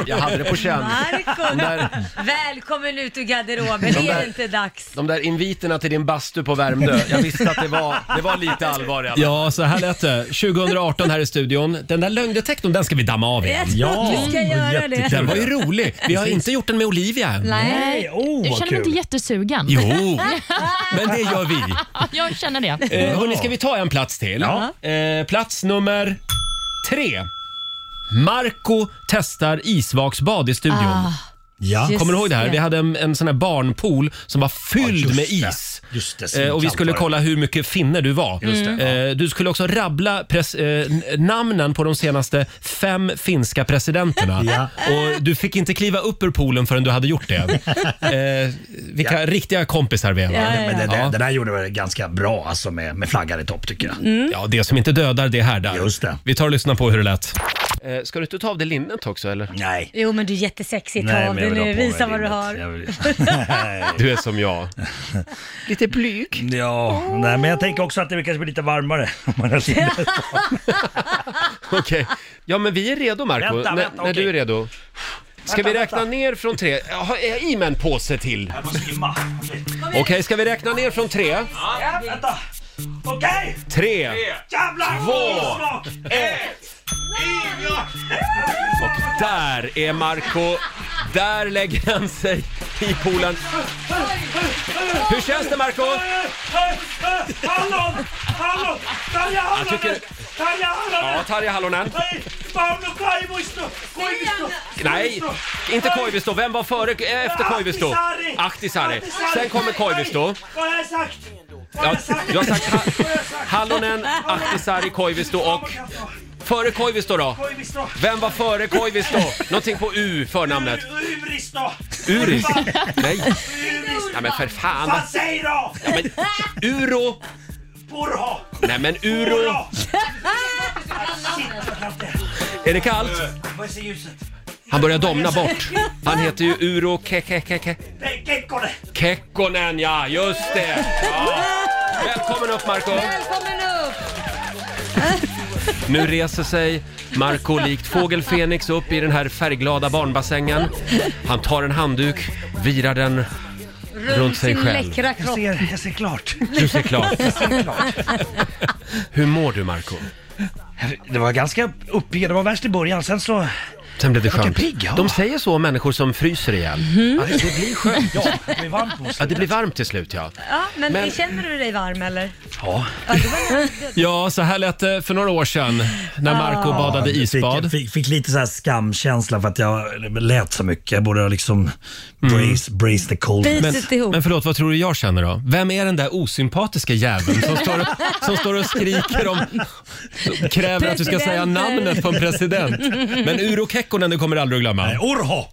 Jag hade det på känn.
Marco,
De där,
välkommen ut ur garderoben. Det är inte dags.
de där inviterna till din bastu på Värmdö, jag visste att det var, det var lite allvar i alla Ja, så här lät det. 2018 här i studion. Den där lögndetektorn, den ska vi damma av igen.
Jag tror
Ja,
att vi ska göra
jättekul.
det.
Den var ju rolig. Vi har inte gjort den med Olivia än.
Nej.
Nej. Oh,
Jag
vad
känner mig inte
kul.
jättesugen.
Jo, men det gör vi.
Jag känner det.
Eh, hörni, ska vi ta en plats till?
Ja.
Eh, plats nummer tre. Marco testar isvaksbad i studion.
Ja.
Kommer du ihåg det här?
det.
Vi hade en, en sån här barnpool som var fylld
Ja, just
med
det.
is.
Just det, svinkallt
eh, och vi skulle
var det.
kolla hur mycket finne du var. Eh, du skulle också rabbla pres, eh, n- namnen på de senaste fem finska presidenterna. Och du fick inte kliva upp ur poolen förrän du hade gjort det. eh, vilka riktiga kompisar vi är. va?
Ja, men det,
Ja.
det, den här gjorde väl ganska bra alltså, med, med flaggan i topp tycker jag.
Ja, det som inte dödar det här där.
Mm. Just det.
Vi tar och lyssnar på hur det lät. Eh, ska du inte ta av dig linnet också eller?
Nej.
Jo men du är jättesexig. Ta
Nej,
av
men jag
dig
vill ha
nu.
på mig
Visa vad du
linnet.
har.
Jag vill-
Du är som jag. Lite blyg.
ja, nej, men jag tänker också att det kanske blir lite varmare. om man har linnet.
Okej. Ja, men vi är redo, Marco.
Vänta,
När- när
vänta, okej.
du är redo. Ska
Vänta,
vi räkna
vänta.
ner från tre? Jag Har jag i mig en påse till?
Jag måste filma. Okej.
Okej, ska vi räkna ner från tre?
Ja, vänta. Okej!
Tre.
Jävlar!
Två.
Smak.
Och där är Marco. Där lägger han sig i poolen. Hur känns det, Marco?
Hallon! Hallon! Tarja
Jag
Halonen!
tycker-
Tarja
Ja,
Halonen!
Tarja Halonen.
Hej! Mauno Koivisto! Koivisto!
Nej, inte Koivisto. Vem var före, eh, efter Koivisto?
Ahtisaari!
Ahtisaari. Sen kommer Koivisto.
Vad har jag sagt? Vad har
Ja,
jag sagt?
du har sagt ha
Vad har jag sagt?
Hallonen, Ahtisaari, Koivisto och... Före Koivisto då?
Koivisto!
Vem var före Koivisto? Någonting på U, förnamnet.
Uristo!
Uris? Nej.
Uris!
Nej men för fan. vad-
Vad säger då?
Men, Uro?
Purho!
Nej men Uro. Är det kallt?
Vad är ljuset?
Han börjar domna bort. Han heter ju Uro Kekekeke.
Kekkone!
Kekkonen ja, just det. Ja. Välkommen upp Marco.
Välkommen upp!
Nu reser sig Marco likt fågel Fenix upp i den här färgglada barnbassängen. Han tar en handduk, virar den runt sig
Sin
själv.
läckra kropp.
ser, jag ser klart.
Du ser klart. Hur mår du Marco?
Det var ganska uppgivet, det var värst i början, sen så...
Sen blev det
Jag var
skönt.
pigg, ja. Mhm.
De säger så om människor som fryser ihjäl.
Ja, det blir skönt. Ja, det blir varmt på
Ja, det blir varmt till slut ja.
Ja, men,
Men-
känner du dig varm eller?
Ja.
Ja, så här lät det för några år sedan när Marco badade
Ja, jag
isbad.
Fick, fick, fick lite så här skamkänsla för att jag lät så mycket. Jag borde ha liksom
Mm.
brace, brace the coldness.
Men,
Sitt ihop.
men förlåt, vad tror du jag känner då? Vem är den där osympatiska jäveln som står, och- som står och skriker om... som kräver att du ska säga
Presidenter.
namnet på en president? Men Uro Kekkonen, det kommer du aldrig att
Nej,
glömma.
Urho!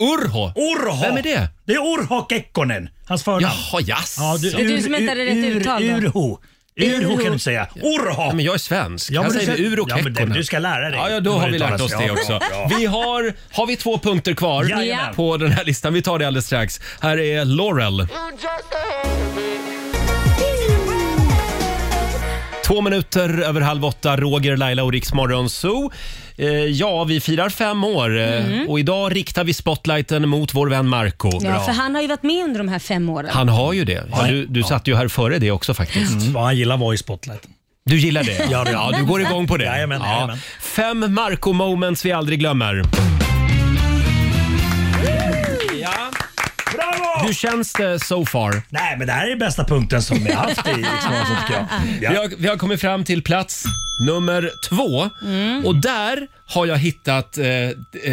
Urho!
Urho!
Vem är det?
Det är Urho Kekkonen. Hans förnamn.
Jaha, jass.
Ja, du,
är du som inte hade rätt uttal, va?
Urho. Urho kan du säga.
Ja,
Urho!
men jag är svensk.
Ja,
Här
men du
säger vi
ska-
Uro
ja, men det-
Kekkonen.
du ska lära dig.
Ja, ja då har vi lärt oss
Ja,
det
bra,
också.
bra.
Vi har, har vi två punkter kvar
Jajamän.
på den här listan. Vi tar det alldeles strax. Här är Laurel. Två minuter över halv åtta, Roger, Laila och Riks Zoo. Eh, ja, vi firar fem år eh,
Mm.
och idag riktar vi spotlighten mot vår vän Marco.
Ja, för han har ju varit med under de här fem åren.
Han har ju det. Ja, du du satt ju här före det också faktiskt.
Mm, Vad han gillar var i spotlight.
Du gillar det?
Ja, det-
du går igång på det.
Jajamän, jajamän.
Fem Marco-moments vi aldrig glömmer. Ja.
Bravo!
Hur känns det so far?
Nej, men det här är bästa punkten som vi haft i Riksmorgon tycker jag.
Vi,
Ja.
har, vi har kommit fram till plats nummer två.
Mm.
Och där har jag hittat eh,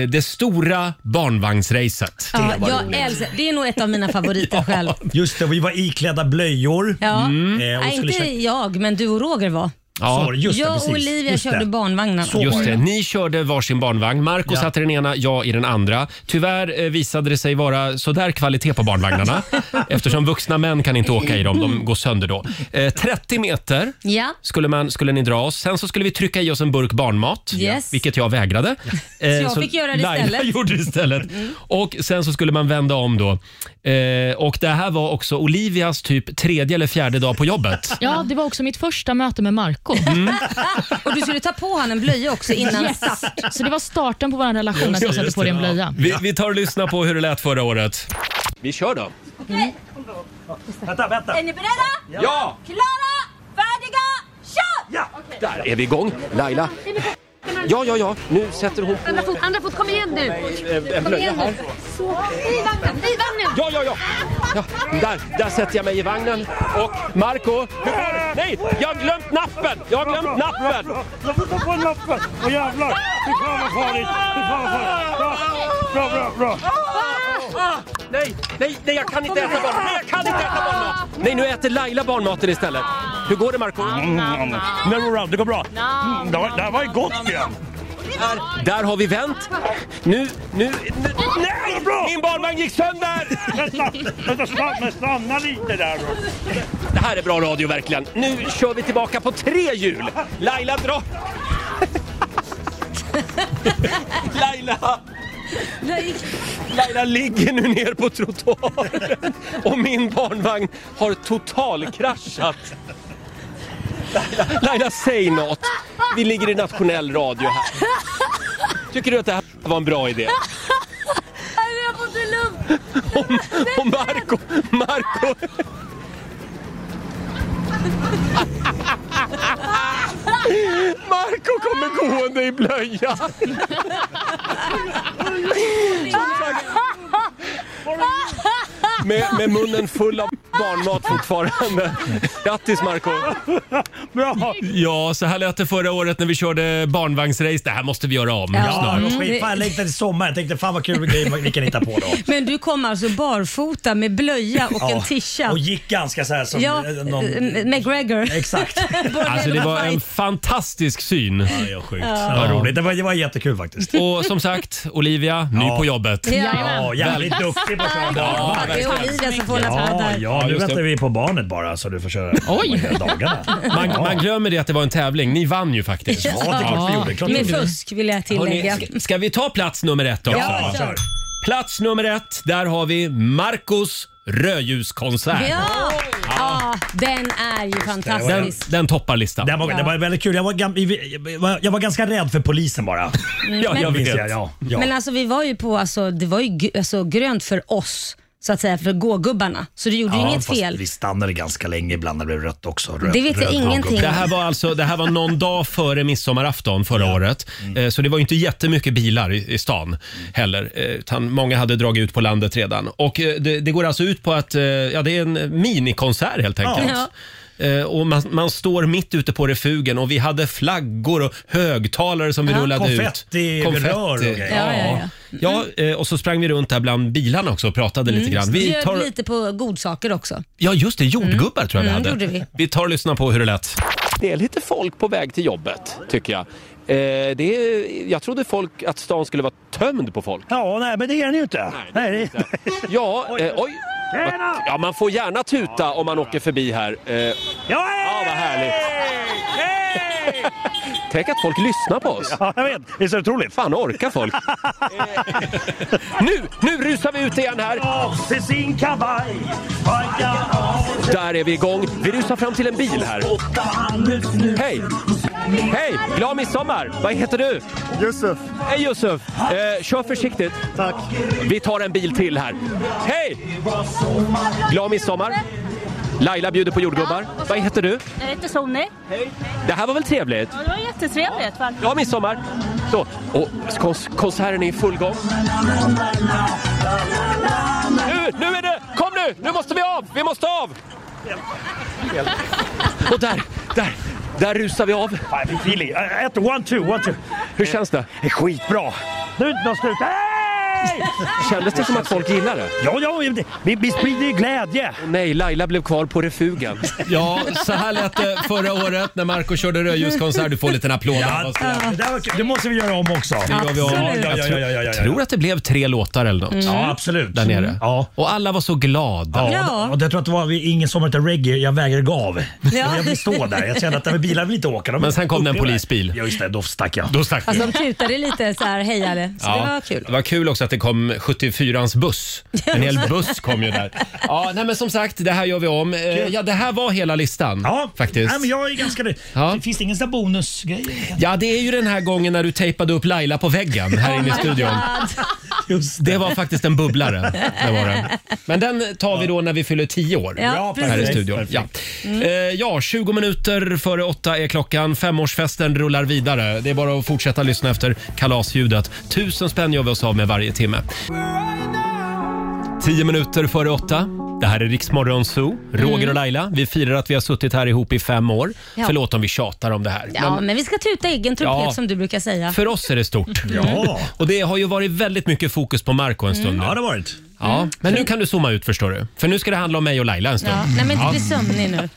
det stora barnvagnsracet.
Ja, jag älskar, det är nog ett av mina favoriter själv.
Just det, vi var iklädda blöjor.
Ja.
Eh, och
Nej,
Mm. skulle
inte
köpa...
jag, men du och Roger var.
Ja,
Sorry, just det,
jag
precis.
och Olivia
Just
körde
det.
barnvagnarna.
just det. Ni körde varsin barnvagn. Marco
Ja.
satt i den ena, jag i den andra. Tyvärr eh, visade det sig vara sådär kvalitet på barnvagnarna eftersom vuxna män kan inte åka i dem. De går sönder då. Eh, 30 meter
Ja.
skulle, man, skulle ni dra oss. Sen så skulle vi trycka i oss en burk barnmat,
Yes.
vilket jag vägrade. Eh,
Så jag fick göra det
Laila
istället. Mm.
gjorde det istället. Och sen så skulle man vända om då. Eh, och det här var också Olivias typ tredje eller fjärde dag på jobbet.
Ja, det var också mitt första möte med Marco.
Och du skulle ta på han en blöja också innan
Yes.
start.
Så det var starten på vår relation att jag satte på dig en blöja.
Vi, vi tar och lyssnar på hur det lät förra året. Vi kör då.
Vänta, vänta.
Är ni beredda?
Ja!
Klara, färdiga, kör!
Ja!
Där är vi igång. Laila. Ja, ja, ja. Nu sätter hon på Eh,
Andra fot, andra fot, kom igen nu!
en blöja här.
Så, i vagnen, i vagnen!
Ja, ja, ja. ja där, där sätter jag mig i vagnen. Och Marco, hur går det? Nej, jag har glömt nappen! Jag har glömt nappen!
Jag får ta på nappen! Åh jävlar! Fy fan vad farligt! Fy fan vad farligt! Bra, bra, bra! bra.
Nej, nej, nej, jag kan inte äta barnmat! Nej, jag kan inte äta barnmat! Nej, nu äter Laila barnmaten istället. Hur går det Marco?
Nej, det Mm, går bra, det går bra. Mm, det, var, det här var ju gott igen!
Där, där har vi vänt. Nu, nu, nu. Nej! Min barnvagn gick sönder!
Vänta, vänta, stanna, stanna lite där då.
Det här är bra radio verkligen. Nu kör vi tillbaka på tre hjul. Laila dra... Laila! Laila ligger nu ner på trottoaren och min barnvagn har totalkraschat. Laila, Laila, säg något. Vi ligger i nationell radio här. Tycker du att det här var en bra idé?
Jag får inte luft!
Och Marco, Marco! Marco kommer gående i blöja. Som sagt, Med, med munnen full av barnmat fortfarande. Grattis Marco
Bra!
Ja, så här lät det förra året när vi körde barnvagnsrace. Det här måste vi göra om
Ja,
snart.
Mm,
det var skit. Fan, jag längtade till sommaren. Jag tänkte fan vad kul grej vi kan hitta på då.
Men du kom alltså barfota med blöja och en tisha.
Och gick ganska så här som
Ja,
eh, någon...
eh, McGregor.
Exakt.
Alltså det var en fantastisk syn.
Ja, det var sjukt. Det, var roligt. Det, var, det var jättekul faktiskt.
Och som sagt, Olivia, ny på jobbet.
Ja, jävligt duktig på att köra
Ja,
barnvagn.
det är Olivia som får en applåd
Ja,
där.
ja, nu
just det.
väntar vi på barnet bara så du får köra
Oj.
hela dagarna.
Man,
ja.
man glömmer det att det var en tävling. Ni vann ju faktiskt.
Ja, det är klart vi gjorde. Klart vi
Med
gjorde.
fusk vill jag tillägga.
Hörrni, ska- ska vi ta plats nummer ett då?
Ja, kör.
Plats nummer ett, där har vi Marcos rödljuskonsert.
Ja. ja, den är ju
Den,
fantastisk.
den toppar listan.
Det var, det var väldigt kul. Jag var, gam, jag var- jag var ganska rädd för polisen bara.
ja, jag
Minns
vet.
jag, ja, ja.
Men alltså vi var ju på, alltså, det var ju gr- alltså, grönt för oss, så att säga, för gågubbarna. Så det gjorde ju
Ja,
inget
fast
fel.
Vi stannade ganska länge ibland när det blev rött också. Röd,
Det vet jag
röd
ingenting
gubbe.
Det här var alltså det här var någon dag före midsommarafton förra året.
Mm.
Eh, Så det var ju inte jättemycket bilar i, i stan heller. eh, Utan många hade dragit ut på landet redan. Och eh, det, det går alltså ut på att eh, ja, det är en minikonsert helt enkelt. Eh, och man, man står mitt ute på refugen och vi hade flaggor och högtalare som vi
Ja.
rullade
Konfetti,
ut.
rör och grejer.
ja.
Ja,
Ja, Mm. eh, och så sprang vi runt där bland bilarna också och pratade lite grann. Vi
Bjöd
tar,
lite på godsaker också.
ja, just det. Jordgubbar tror jag vi
Mm,
hade.
gjorde vi.
tar och lyssnar på hur det lät.
Det är lite folk på väg till jobbet, tycker jag. Eh, det är, jag trodde folk, att stan skulle vara tömd på folk.
Ja, nej, men det är den ju inte. Nej, det
Ja, eh, oj.
Tjena!
Ja, man får gärna tuta om man åker förbi här. Eh, ja, vad härligt. Tänk att folk lyssnar på oss.
Ja, jag vet. Det är så otroligt.
Fan, orkar folk? Eh, nu, nu rusar vi ut igen här.
Av sig sin kavaj, vajka av
Där är vi igång. Vi rusar fram till en bil här.
åtta handels nu.
Hej! Hej! Glad midsommar! Vad heter du?
Yusuf.
Hej Yusuf! Eh, kör försiktigt. Tack. Vi tar en bil till här. Hej! Glad midsommar! Laila bjuder på jordgubbar. Vad heter du?
Jag heter Sonny.
Det här var väl trevligt?
Ja, det var jättetrevligt. va?
Glad midsommar! Så, och kons- konserten är i full gång. Nu, nu är det! Kom nu! Nu måste vi av! Vi måste av! Och där, där, där rusar vi av.
Fan, jag fick feeling. Ä- Ett, one, two, one, two.
Hur känns det?
Det är skitbra. Nu är det inte något slut. Hej!
Kändes det som att folk gillade det?
Ja, ja, det- vi, vi sprider ju glädje.
Nej, Laila blev kvar på refugen.
Ja, så här lät det förra året när Marco körde rödljuskonsert. Du får en liten applåd av
Ja,
oss.
det, där, var- det måste vi göra om också.
Nu gör vi om.
Ja, ja, ja,
Jag
ja,
tror-
ja, ja, ja.
Jag tror att det blev tre låtar eller något.
Ja, absolut.
Där nere.
Ja.
Och alla var så glada.
Ja,
Ja.
Och, och jag tror att det var vid ingen sommar utan reggae jag vägrade gav.
Ja.
Jag vill stå där. Jag kände att de bilar vill inte åka. De
Men sen kom det en
upprörda.
polisbil.
Ja, just det. Då stack jag.
Då stack
Alltså
du.
de tutade lite så här hejade. Så det var kul.
det var kul också att det kom 74ans buss. En hel buss kom ju där. Ja, nej men som sagt, det här gör vi om. Eh, Ja, det här var hela listan
Ja,
faktiskt.
Nej, men jag är ganska nöjd.
Ja.
Finns det ingen sån där bonusgrej?
Ja, det är ju den här gången när du tejpade upp Laila på väggen här inne i studion.
Just
Det var faktiskt en bubblare. Det var den. Men den tar vi då när vi fyller tio år.
Ja,
här i
precis. Mm.
studion. Ja. Eh, ja, 20 minuter före åtta är klockan. Femårsfesten rullar vidare. Det är bara att fortsätta lyssna efter kalasljudet. Tusen spänn gör vi oss av med varje timme. 10 minuter före åtta. Det här är Riksmorgon Zoo. Roger och Laila, vi firar att vi har suttit här ihop i fem år.
Mm. Ja.
Förlåt om vi tjatar om det här.
Ja,
men
men vi ska tuta egen trumpet
Ja.
som du brukar säga.
för oss är det stort.
Ja.
Och det har ju varit väldigt mycket fokus på Marco en
Mm.
stund nu.
Ja, det har varit.
Ja, men nu kan du zooma ut förstår du. För nu ska det handla om mig och Laila en stund.
Ja. Nej, men inte bli sömnig nu.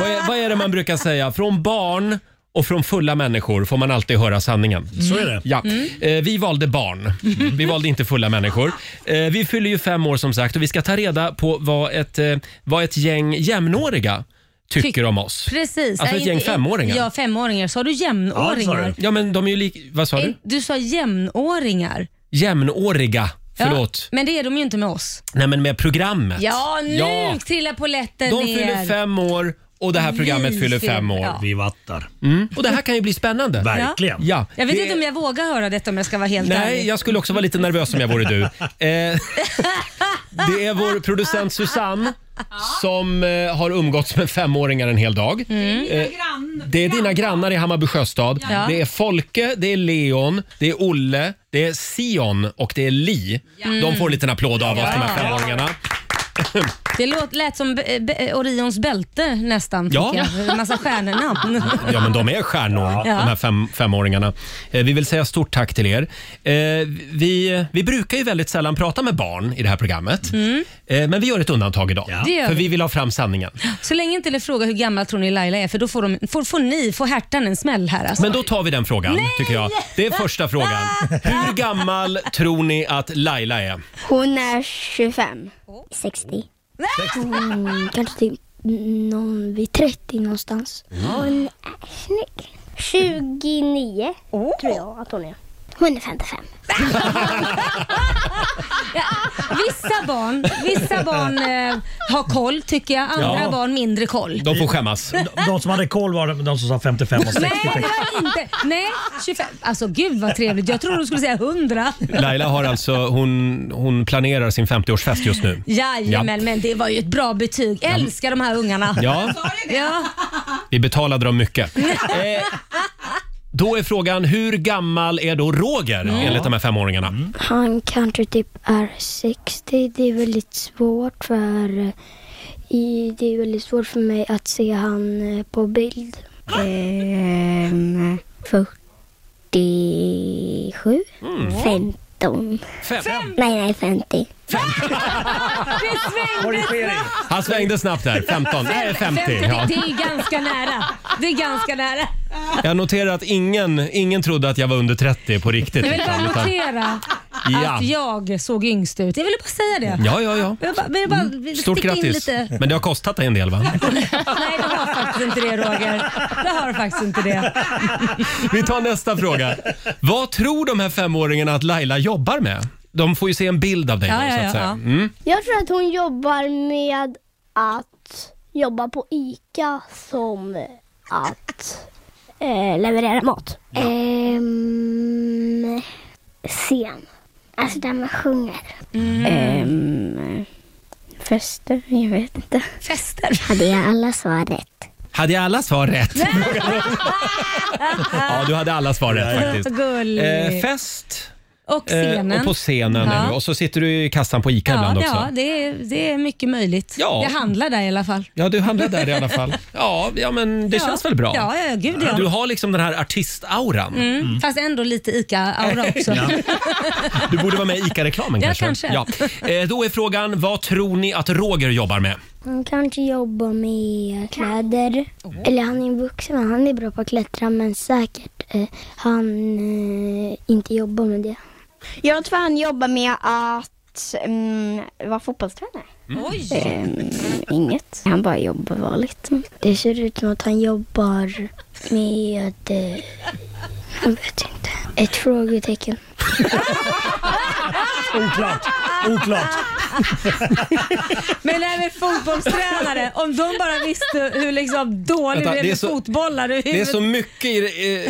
Vad, är, vad är det man brukar säga? Från barn och från fulla människor får man alltid höra sanningen.
Mm.
Så är det.
Ja, eh, vi valde barn. Vi valde inte fulla människor. Eh, vi fyller ju fem år som sagt och vi ska ta reda på vad ett, eh, vad ett gäng jämnåriga tycker
Tyck-
om oss.
Precis.
Alltså
Nej,
ett gäng
inte-
femåringar.
Ja, femåringar. Sa du jämnåringar?
Ja,
Ja, men de är ju lik... Vad sa
Eh,
du?
du sa jämnåringar.
Jämnåriga. Förlåt.
Ja, men det är de ju inte med oss.
Nej, men med programmet.
Ja, nu
Ja.
trillar polletten
De
ner.
fyller fem år och det här programmet
Vi
fyller
fyller-
fem år.
ja.
Vi vattar.
Mm. Och det här kan ju bli spännande.
Verkligen.
Ja,
Jag vet
det-
inte om jag vågar höra detta om jag ska vara helt
Nej,
ärlig.
jag skulle också vara lite nervös om jag vore du. Eh, det är vår producent Susanne som eh, har umgåtts med femåringar en hel dag. Eh, det är dina grannar i Hammarby sjöstad.
Mm. Ja.
Det är Folke, det är Leon, det är Olle, det är Sion och det är Li.
Mm.
De får en liten applåd av oss, de här femåringarna.
Det låt, lät som be, be, Orions bälte nästan.
Ja.
Ja. Jag. Massa stjärnenamn.
Ja, men de är stjärnor, de här fem, femåringarna. Eh, vi vill säga stort tack till er. Eh, vi, vi brukar ju väldigt sällan prata med barn i det här programmet. Eh, men vi gör ett undantag idag,
Mm. Det gör
för
vi.
vi vill ha fram sanningen.
Så länge inte ni frågar hur gammal tror ni Laila är för då får, de, får, får ni, får härtan en smäll här alltså.
Men då tar vi den frågan, tycker jag. Det är första frågan. Hur gammal tror ni att Laila är?
Hon är 25. 60. Mm, kanske typ någon vid 30 någonstans. Hon är snygg. 29 tror jag att hon är. Hon är 55.
Vissa barn, vissa barn eh, har koll tycker jag, andra
Ja.
barn mindre koll.
De får skämmas.
De, de som hade koll var de, de som sa 55 och 60.
Nej, det var inte. Nej, 25. Alltså gud vad trevligt. Jag tror du skulle säga 100.
Laila har alltså, hon, hon planerar sin 50-årsfest just nu.
Jajamän, men det var ju ett bra betyg. Älskar de här ungarna.
Ja,
Ja.
vi betalade dem mycket. Eh, då är frågan, hur gammal är då Roger enligt de här femåringarna?
Han kanske typ är 60. Det är väldigt svårt för I- Det är väldigt svårt för mig att se han eh, på bild. Ehm, 47?
Mm.
15?
Fem. Fem.
Nej, nej, 50.
Det svängde snabbt.
Han svängde snabbt där. 15. Nej, 50. Ja.
Det är ganska nära. Det är ganska nära.
Jag noterar att ingen, ingen trodde att jag var under 30 på
Jag
riktigt.
vill bara
utan-
notera
Ja.
att jag såg yngst ut. Jag ville bara säga det.
Ja, ja, ja.
Jag vill bara, vill bara
Stort
sticka In
grattis.
lite.
Men det har kostat dig en del va?
Nej, det har faktiskt inte det Roger. Det har faktiskt inte det.
Vi tar nästa fråga. Vad tror de här femåringarna att Laila jobbar med? De får ju se en bild av dig.
Ja,
då,
ja,
så
ja,
att säga.
ja.
Mm.
Jag tror att hon jobbar med att jobba på ICA som att eh, leverera mat. Ehm, scen. Alltså där man sjunger. Ehm, fester? Jag vet inte.
Fester?
Hade jag alla svar rätt?
Hade jag alla svar rätt? ja, du hade alla svar rätt faktiskt.
Gullig.
Eh, fest.
Och scenen.
Eh, och på scenen är
Ja.
du. Och så sitter du i kassan på ICA
Ja,
ibland också.
ja det, är, det är mycket möjligt.
Ja.
Jag handlar där i alla fall.
Ja, du hamnar där i alla fall. Ja, ja men det
Ja.
känns väl bra?
Ja, ja, gud, ja.
Du har liksom den här artistauran.
Mm. Fast ändå lite ICA-aura också.
Ja. Du borde vara med i ICA-reklamen
Ja,
kanske.
kanske.
Ja. Eh, då är frågan, vad tror ni att Roger jobbar med?
Han kanske jobbar med kläder. Eller han är vuxen, men han är bra på att klättra men säkert eh, han eh, inte jobbar med det.
Jag tror han jobbar med att mm, vara fotbollstränare.
Mm.
Ehm, inget. Han bara jobbar vanligt. Det ser ut som att han jobbar med... Eh, jag vet inte. Ett frågetecken.
Oklart. Oklart.
Men även fotbollstränare, om de bara visste hur liksom dålig
Vänta,
vi är
det är
med
så-
fotbollar. och hur-
Det är så mycket i,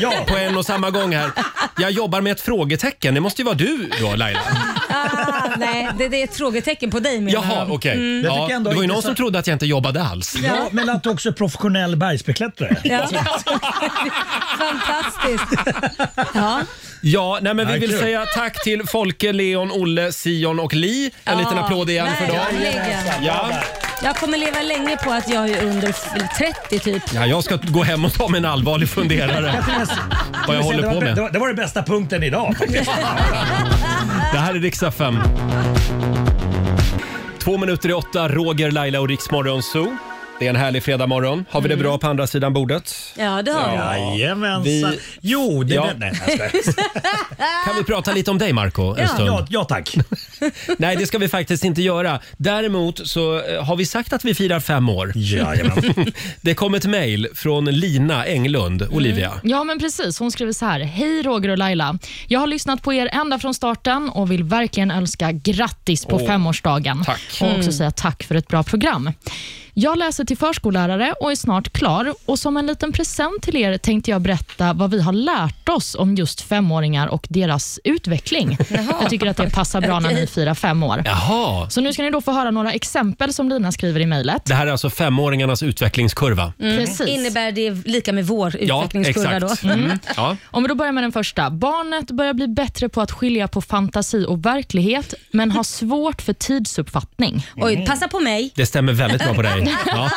eh, på en och samma gång här. Jag jobbar med ett frågetecken. Det måste ju vara du då Laila.
ah, nej, det, det är ett frågetecken på dig menar
Jaha,
de.
okej.
Mm.
Jag
Ja,
tycker ändå
det var ju någon
intressant.
som trodde att jag inte jobbade alls.
Ja, men att du också är professionell bergsklättrare.
Ja. Fantastiskt. Ja.
Ja, nej, men vi
Ja,
vill
kul.
säga tack till Folke, Leon, Olle, Sion och Li. En
Ja,
liten applåd igen för dem.
verkligen.
Ja.
Jag kommer leva länge på att jag är under f- 30 typ.
ja, jag ska gå hem och ta mig en allvarlig funderare.
Jag kan säga-
Vad jag
det,
håller på
var, det,
med.
var, det var den bästa punkten idag faktiskt.
Det här är riksdag 5. Två minuter i åtta, Roger, Laila och Riksmorgon Zoo. Det är en härlig fredagmorgon. Har vi det bra på andra sidan bordet?
Ja, det har vi.
Jajamensan.
Vi-
Jo, det...
Ja.
Nej, jag skojar.
Kan vi prata lite om dig Marco en
Ja.
stund?
Ja, tack.
Nej, det ska vi faktiskt inte göra. Däremot så eh, har vi sagt att vi firar fem år.
Jajamän.
det kom ett mejl från Lina Englund, Olivia.
Ja, men precis. Hon skriver så här. Hej Roger och Laila. Jag har lyssnat på er ända från starten och vill verkligen önska grattis på
Åh,
femårsdagen.
tack.
Och också
Mm.
säga tack för ett bra program. Jag läser till förskollärare och är snart klar. Och Som en liten present till er tänkte jag berätta vad vi har lärt oss om just femåringar och deras utveckling. Jag tycker att det passar bra när
Okej.
ni firar fem år.
Jaha.
Så nu ska ni då få höra några exempel som Lina skriver i mejlet.
Det här är alltså femåringarnas utvecklingskurva.
Mm. Precis.
Innebär det lika med vår utvecklingskurva då?
Mm. Ja.
Om vi då börjar med den första. Barnet börjar bli bättre på att skilja på fantasi och verklighet, men har svårt för tidsuppfattning.
Mm.
Oj, passa på mig.
Det stämmer väldigt bra på dig. Ja.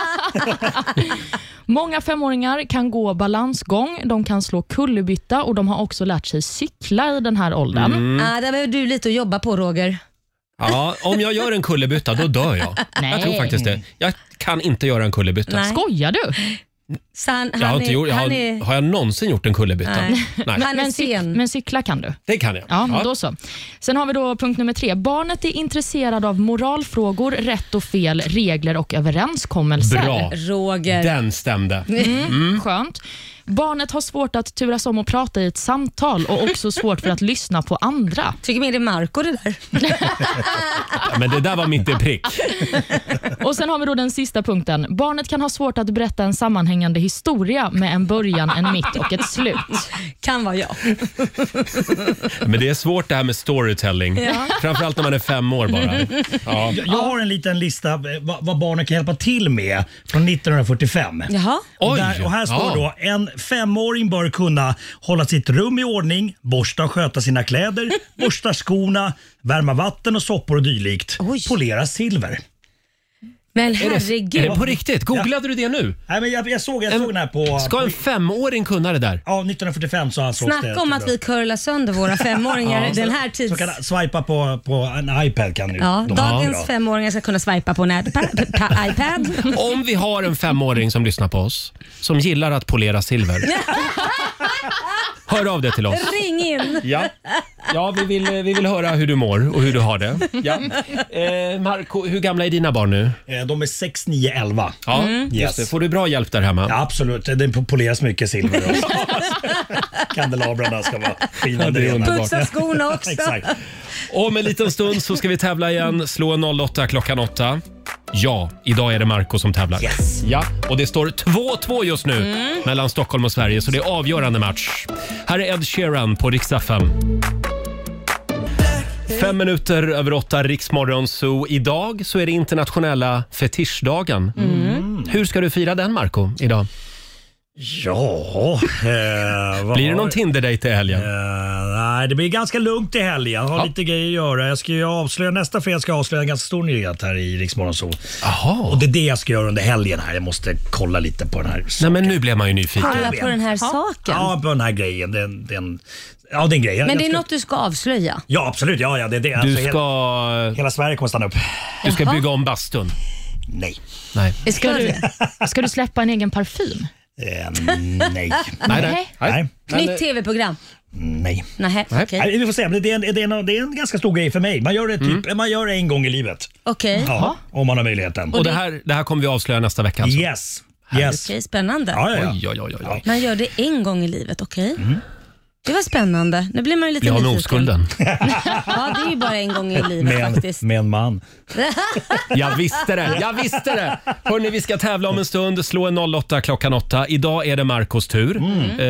Många femåringar kan gå balansgång, de kan slå kullerbytta och de har också lärt sig cykla i den här åldern.
Mm.
Ah, där behöver du lite att jobba på Roger.
Ja, om jag gör en kullerbytta, då dör jag.
Nej.
Jag tror faktiskt det. Jag kan inte göra en kullerbytta.
Skojar du?
Så han, han
Jag har,
är,
inte gjort, jag
han
har,
är,
har jag någonsin gjort en kullerbytta?
Nej.
Nej.
Men, cyk, men cykla kan du.
Det kan jag.
Ja, då så. Sen har vi då punkt nummer tre. Barnet är intresserad av moralfrågor, rätt och fel, regler och överenskommelser.
Bra.
Roger.
Den stämde.
Mm.
Mm.
Skönt. Barnet har svårt att turas om och prata i ett samtal och också svårt för att lyssna på andra.
Tycker mer det är Marco det där.
Ja, Men det där var mitt i prick.
Och Sen har vi då den sista punkten. Barnet kan ha svårt att berätta en sammanhängande historia med en början, en mitt och ett slut.
Kan vara jag.
Men det är svårt det här med storytelling.
Ja.
Framförallt när man är fem år bara. Ja.
Jag, jag har en liten lista eh, vad, vad barnen kan hjälpa till med från 1945.
Jaha.
Och,
Oj.
där, och här står
Ja.
då en femåring bör kunna hålla sitt rum i ordning, borsta och sköta sina kläder, borsta skorna, värma vatten och soppor och dylikt, polera silver.
Men
Är det-
herregud.
Är det på riktigt? Googlade du det nu?
Nej, men jag, jag såg, jag såg den här på...
Ska en femåring kunna det där?
Ja, 1945 så ansågs det.
Snacka om att vi curlar sönder våra femåringar
Ja,
den
så-
här tids...
Så kan swipa på, på en iPad kan du.
Ja,
de har
dagens
idag.
femåringar ska kunna swipa på en iPad. pa- iPad.
Om vi har en femåring som lyssnar på oss, som gillar att polera silver. Hör av dig till oss.
Ring in!
Ja, ja vi, vill, eh, vi vill höra hur du mår och hur du har det. Ja. Eh, Marco, hur gamla är dina barn nu?
Eh, De är 6, 9, 11.
Ja, just det. Får du bra hjälp där hemma?
Ja, absolut. Det poleras mycket silver. också. Kandelabrarna ska vara skinande
Ja, det är
rena.
underbart. Putsa
skorna också.
Exakt.
Om en liten stund så ska vi tävla igen. Slå 08 klockan 8. Ja, idag är det Marco som tävlar. Ja, och det står 2-2 just nu
Mm.
mellan Stockholm och Sverige, så det är avgörande match. Här är Ed Sheeran på riksdag 5. Fem minuter över åtta, Riksmorgon Zoo. Idag så är det internationella fetischdagen. Hur ska du fira den, Marco, idag?
Ja, eh, vad
Blir det
har
någon
vi?
Tinder-dejt i helgen?
Eh, nej, det blir ganska lugnt i helgen. Jag har lite grejer att göra. Jag ska ju avslöja, nästa fredag ska jag avslöja en ganska stor nyhet här i Rix Morgon Zoo. Och det är det jag ska göra under helgen här. Jag måste kolla lite på den här.
Nej, men nu blev man ju nyfiken.
Kolla på den här saken.
Ja, på den här grejen. Den, den, ja, det är en grej. Jag-
Men det
jag
är
ska-
något du ska avslöja.
Ja, absolut. Ja, ja, det, det, alltså,
Du ska...
Hela Sverige kommer stanna upp.
Du ska
Jaha.
bygga om bastun.
Nej.
Nej.
Ska du, ska du släppa en egen parfym?
Ehm, nej.
Nej, nej. eh,
Nej.
Nytt tv-program.
Nej.
Nej, okej.
Nej, vi får se. Men det, är en, det, är en, det är en ganska stor grej för mig. Man gör det, typ,
Mm.
man gör det en gång i livet.
Okej.
Ja, om man har möjligheten.
Och det här, det här kommer vi avslöja nästa vecka alltså?
Yes.
Yes.
Okej, spännande.
Ja, ja, ja. Oj, oj, oj, oj.
Man gör det en gång i livet, okej? Det var spännande. Nu blir man ju lite
Bli av med
nyfiken.
oskulden.
Ja, det är ju bara en gång i livet faktiskt.
med en man.
Jag visste det! Jag visste det! Hörrni, vi ska tävla om en stund. Slå en 08 klockan 8. Idag är det Marcos tur.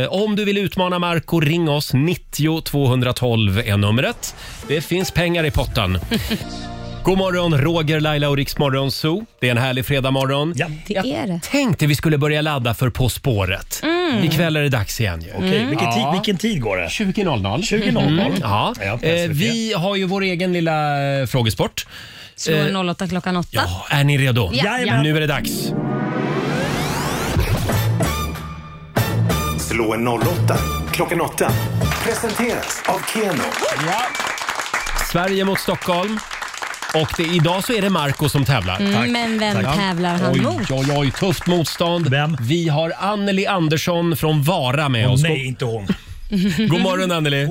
Eh, om du vill utmana Marco, ring oss. 90 212 är numret. Det finns pengar i potten. God morgon, Roger, Laila och Riksmorgon Zoo. Det är en härlig fredagmorgon. Ja.
Det är det.
Tänkte vi skulle börja ladda för På spåret.
Mm.
Ikväll är det dags igen ju.
Okej, vilken tid- vilken tid går det?
20.00.
20.00.
Mm. Ja.
Ja, på
Eh,
SVT.
vi har ju vår egen lilla eh, frågesport. Eh,
Slå 08 klockan 8. Ja.
är ni redo?
Ja. Jajamän.
Nu är det dags.
Slå en 08 klockan 8. Presenteras av Keno.
Sverige mot Stockholm. Och det, idag så är det Marco som tävlar.
Mm, Tack. men vem tävlar han
oj,
mot?
Oj, oj, tufft motstånd. Vi har Anneli Andersson från Vara med
Åh,
oss.
nej, inte hon.
God morgon Anneli.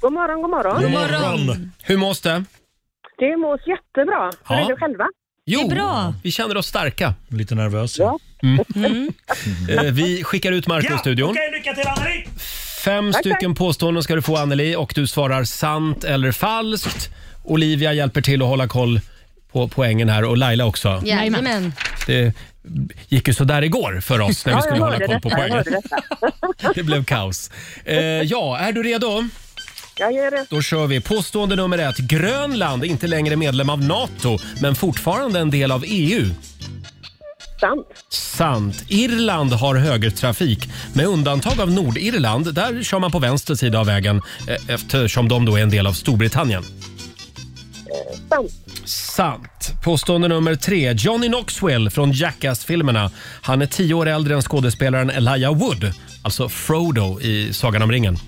God morgon, god morgon.
Hur mås det?
Det mås jättebra. Hur
Ja.
är du själva?
Jo, vi känner oss starka.
Lite nervös.
Ja.
Mm. Eh, Vi skickar ut Marco ur studion.
Okej, lycka till Anneli!
Fem
Tack,
stycken påståenden ska du få Anneli och du svarar sant eller falskt. Olivia hjälper till att hålla koll på poängen här och Laila också.
Jajamän.
Det gick ju sådär igår för oss när vi skulle hålla koll på poängen. Det blev kaos. Eh, ja, är du redo?
Jag gör det.
Då kör vi. Påstående nummer ett. Grönland är inte längre medlem av NATO, men fortfarande en del av E EU.
Sant.
Sant. Irland har högertrafik. Med undantag av Nordirland, där kör man på vänster sida av vägen eh, eftersom de då är en del av Storbritannien.
Sant.
Sant. Påstående nummer tre. Johnny Knoxville från Jackass-filmerna. Han är tio år äldre än skådespelaren Elijah Wood, alltså Frodo i Sagan om ringen.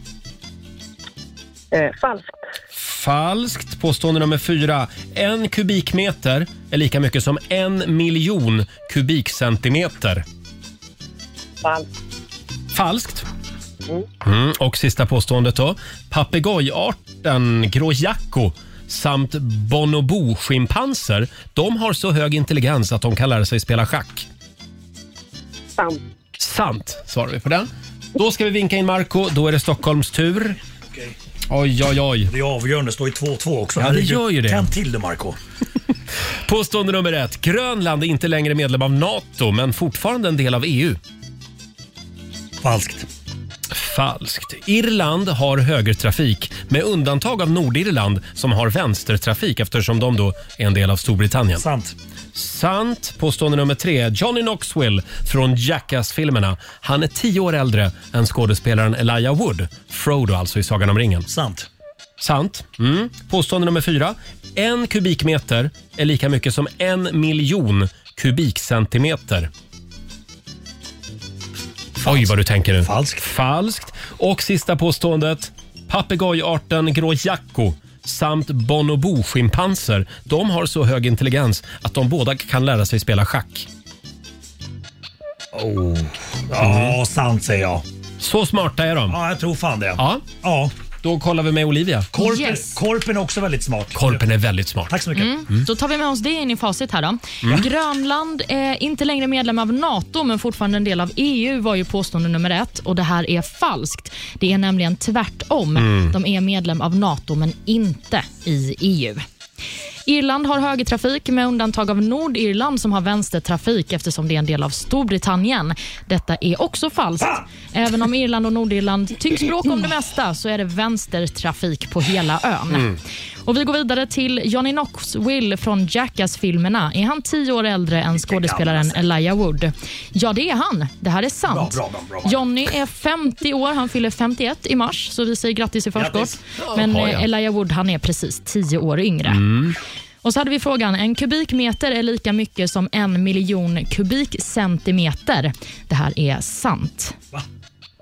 Eh, falskt.
Falskt. Påstående nummer fyra. En kubikmeter är lika mycket som en miljon kubikcentimeter.
Falskt.
Falskt. Mm. Och sista påståendet då. Papegojarten gråjacko samt bonobo-schimpanser, de har så hög intelligens att de kan lära sig spela schack.
Sant.
Sant, svarar vi på den. Då ska vi vinka in Marco. Då är det Stockholms tur. Oj, oj, oj.
Det är avgörande. står ju 2-2 också.
Ja, det gör ju det.
Tänd till det, Marco.
Påstående nummer ett. Grönland är inte längre medlem av NATO, men fortfarande en del av E EU.
Falskt.
Falskt. Irland har högertrafik, med undantag av Nordirland som har vänstertrafik eftersom de då är en del av Storbritannien.
Sant.
Sant. Påstående nummer tre. Johnny Knoxville från Jackass-filmerna. Han är tio år äldre än skådespelaren Elijah Wood, Frodo alltså i Sagan om ringen.
Sant.
Sant. Mm. Påstående nummer fyra. En kubikmeter är lika mycket som en miljon kubikcentimeter. Oj, vad du tänker nu. Falskt. Falskt. Och sista påståendet. Papegojarten grå jacko samt bonobo-schimpanser. De har så hög intelligens att de båda kan lära sig spela schack.
Oh. Ja,
Mm.
sant säger jag.
Så smarta är de.
Ja, jag tror fan det.
Ja.
ja.
Då kollar vi med Olivia.
Korpen,
Yes.
korpen är också väldigt smart.
Korpen är väldigt smart.
Tack så mycket.
Mm. Då tar vi med oss det in i facit här då.
Mm.
Grönland är inte längre medlem av NATO men fortfarande en del av EU var ju påstående nummer ett och det här är falskt. Det är nämligen tvärtom.
Mm.
De är medlem av NATO men inte i E EU. Irland har högertrafik med undantag av Nordirland som har vänstertrafik eftersom det är en del av Storbritannien. Detta är också falskt. Även om Irland och Nordirland tycks bråka om det mesta så är det vänstertrafik på hela ön.
Mm.
Och Vi går vidare till Johnny Knoxville från Jackass-filmerna. Är han tio år äldre än skådespelaren Elijah Wood? Ja, det är han. Det här är sant.
Bra, bra, bra, bra.
Johnny är 50 år. Han fyller 51 i mars, så vi säger grattis i förskott.
Grattis.
Men
Jaha, ja. Mm.
eh, Elijah Wood han är precis tio år yngre. Och så hade vi frågan, en kubikmeter är lika mycket som en miljon kubikcentimeter. Det här är sant.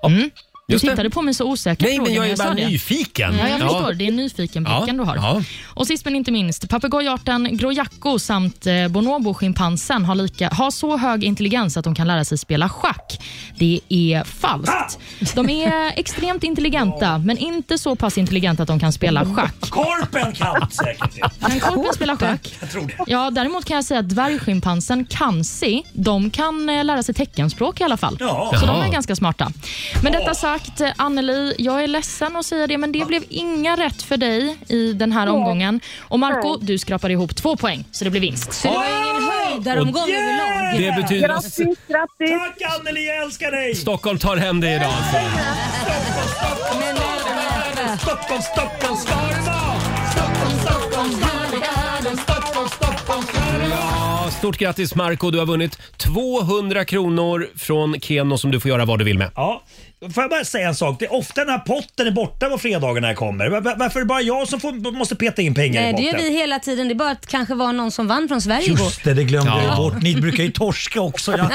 Mm. Du
Just det.
tittade på mig så osäker
Nej,
på
men
det
jag
när
är bara
sa det.
nyfiken.
Ja, jag
Ja.
förstår. Det är nyfikenblicken du har.
Ja.
Och sist men inte minst, papegojarten gråjacko samt eh, bonobo-schimpansen har, lika- har så hög intelligens att de kan lära sig spela schack. Det är falskt.
Ah!
De är extremt intelligenta, men inte så pass intelligenta att de kan spela schack.
Korpen kan säkert det.
Men korpen spelar schack.
Jag tror det.
Ja, däremot kan jag säga att dvärgschimpansen kansi, de kan eh, lära sig teckenspråk i alla fall.
Ja.
Så de
Jaha.
är ganska smarta. Men detta sagt, eh, Anneli, jag är ledsen att säga det, men det blev inga rätt för dig i den här
Nej.
omgången. Och Marco,
Nej.
du skrapar ihop två poäng, så det blir vinst.
Så det var ingen höjdaromgång
Och-
överlag.
Det betyder- Grattis,
grattis.
Tack Anneli, jag älskar dig!
Stockholm tar hem det idag alltså.
Stockholm, Stockholm ska det vara! Stockholm, Stockholm, här är världen. Stockholm, Stockholm ska det vara!
Ja, stort grattis Marco, du har vunnit 200 kronor från Keno som du får göra vad du vill med.
Ja. Får jag bara säga en sak? Det är ofta den här potten är borta på fredagar när jag kommer. Var- var- Varför är det bara jag som får, måste peta in pengar
Nej,
i
det
potten?
gör vi hela tiden. Det är bara att det kanske var någon som vann från Sverige igår.
Just det, det glömde jag
Ja.
ju bort. Ni brukar ju torska också. Jag...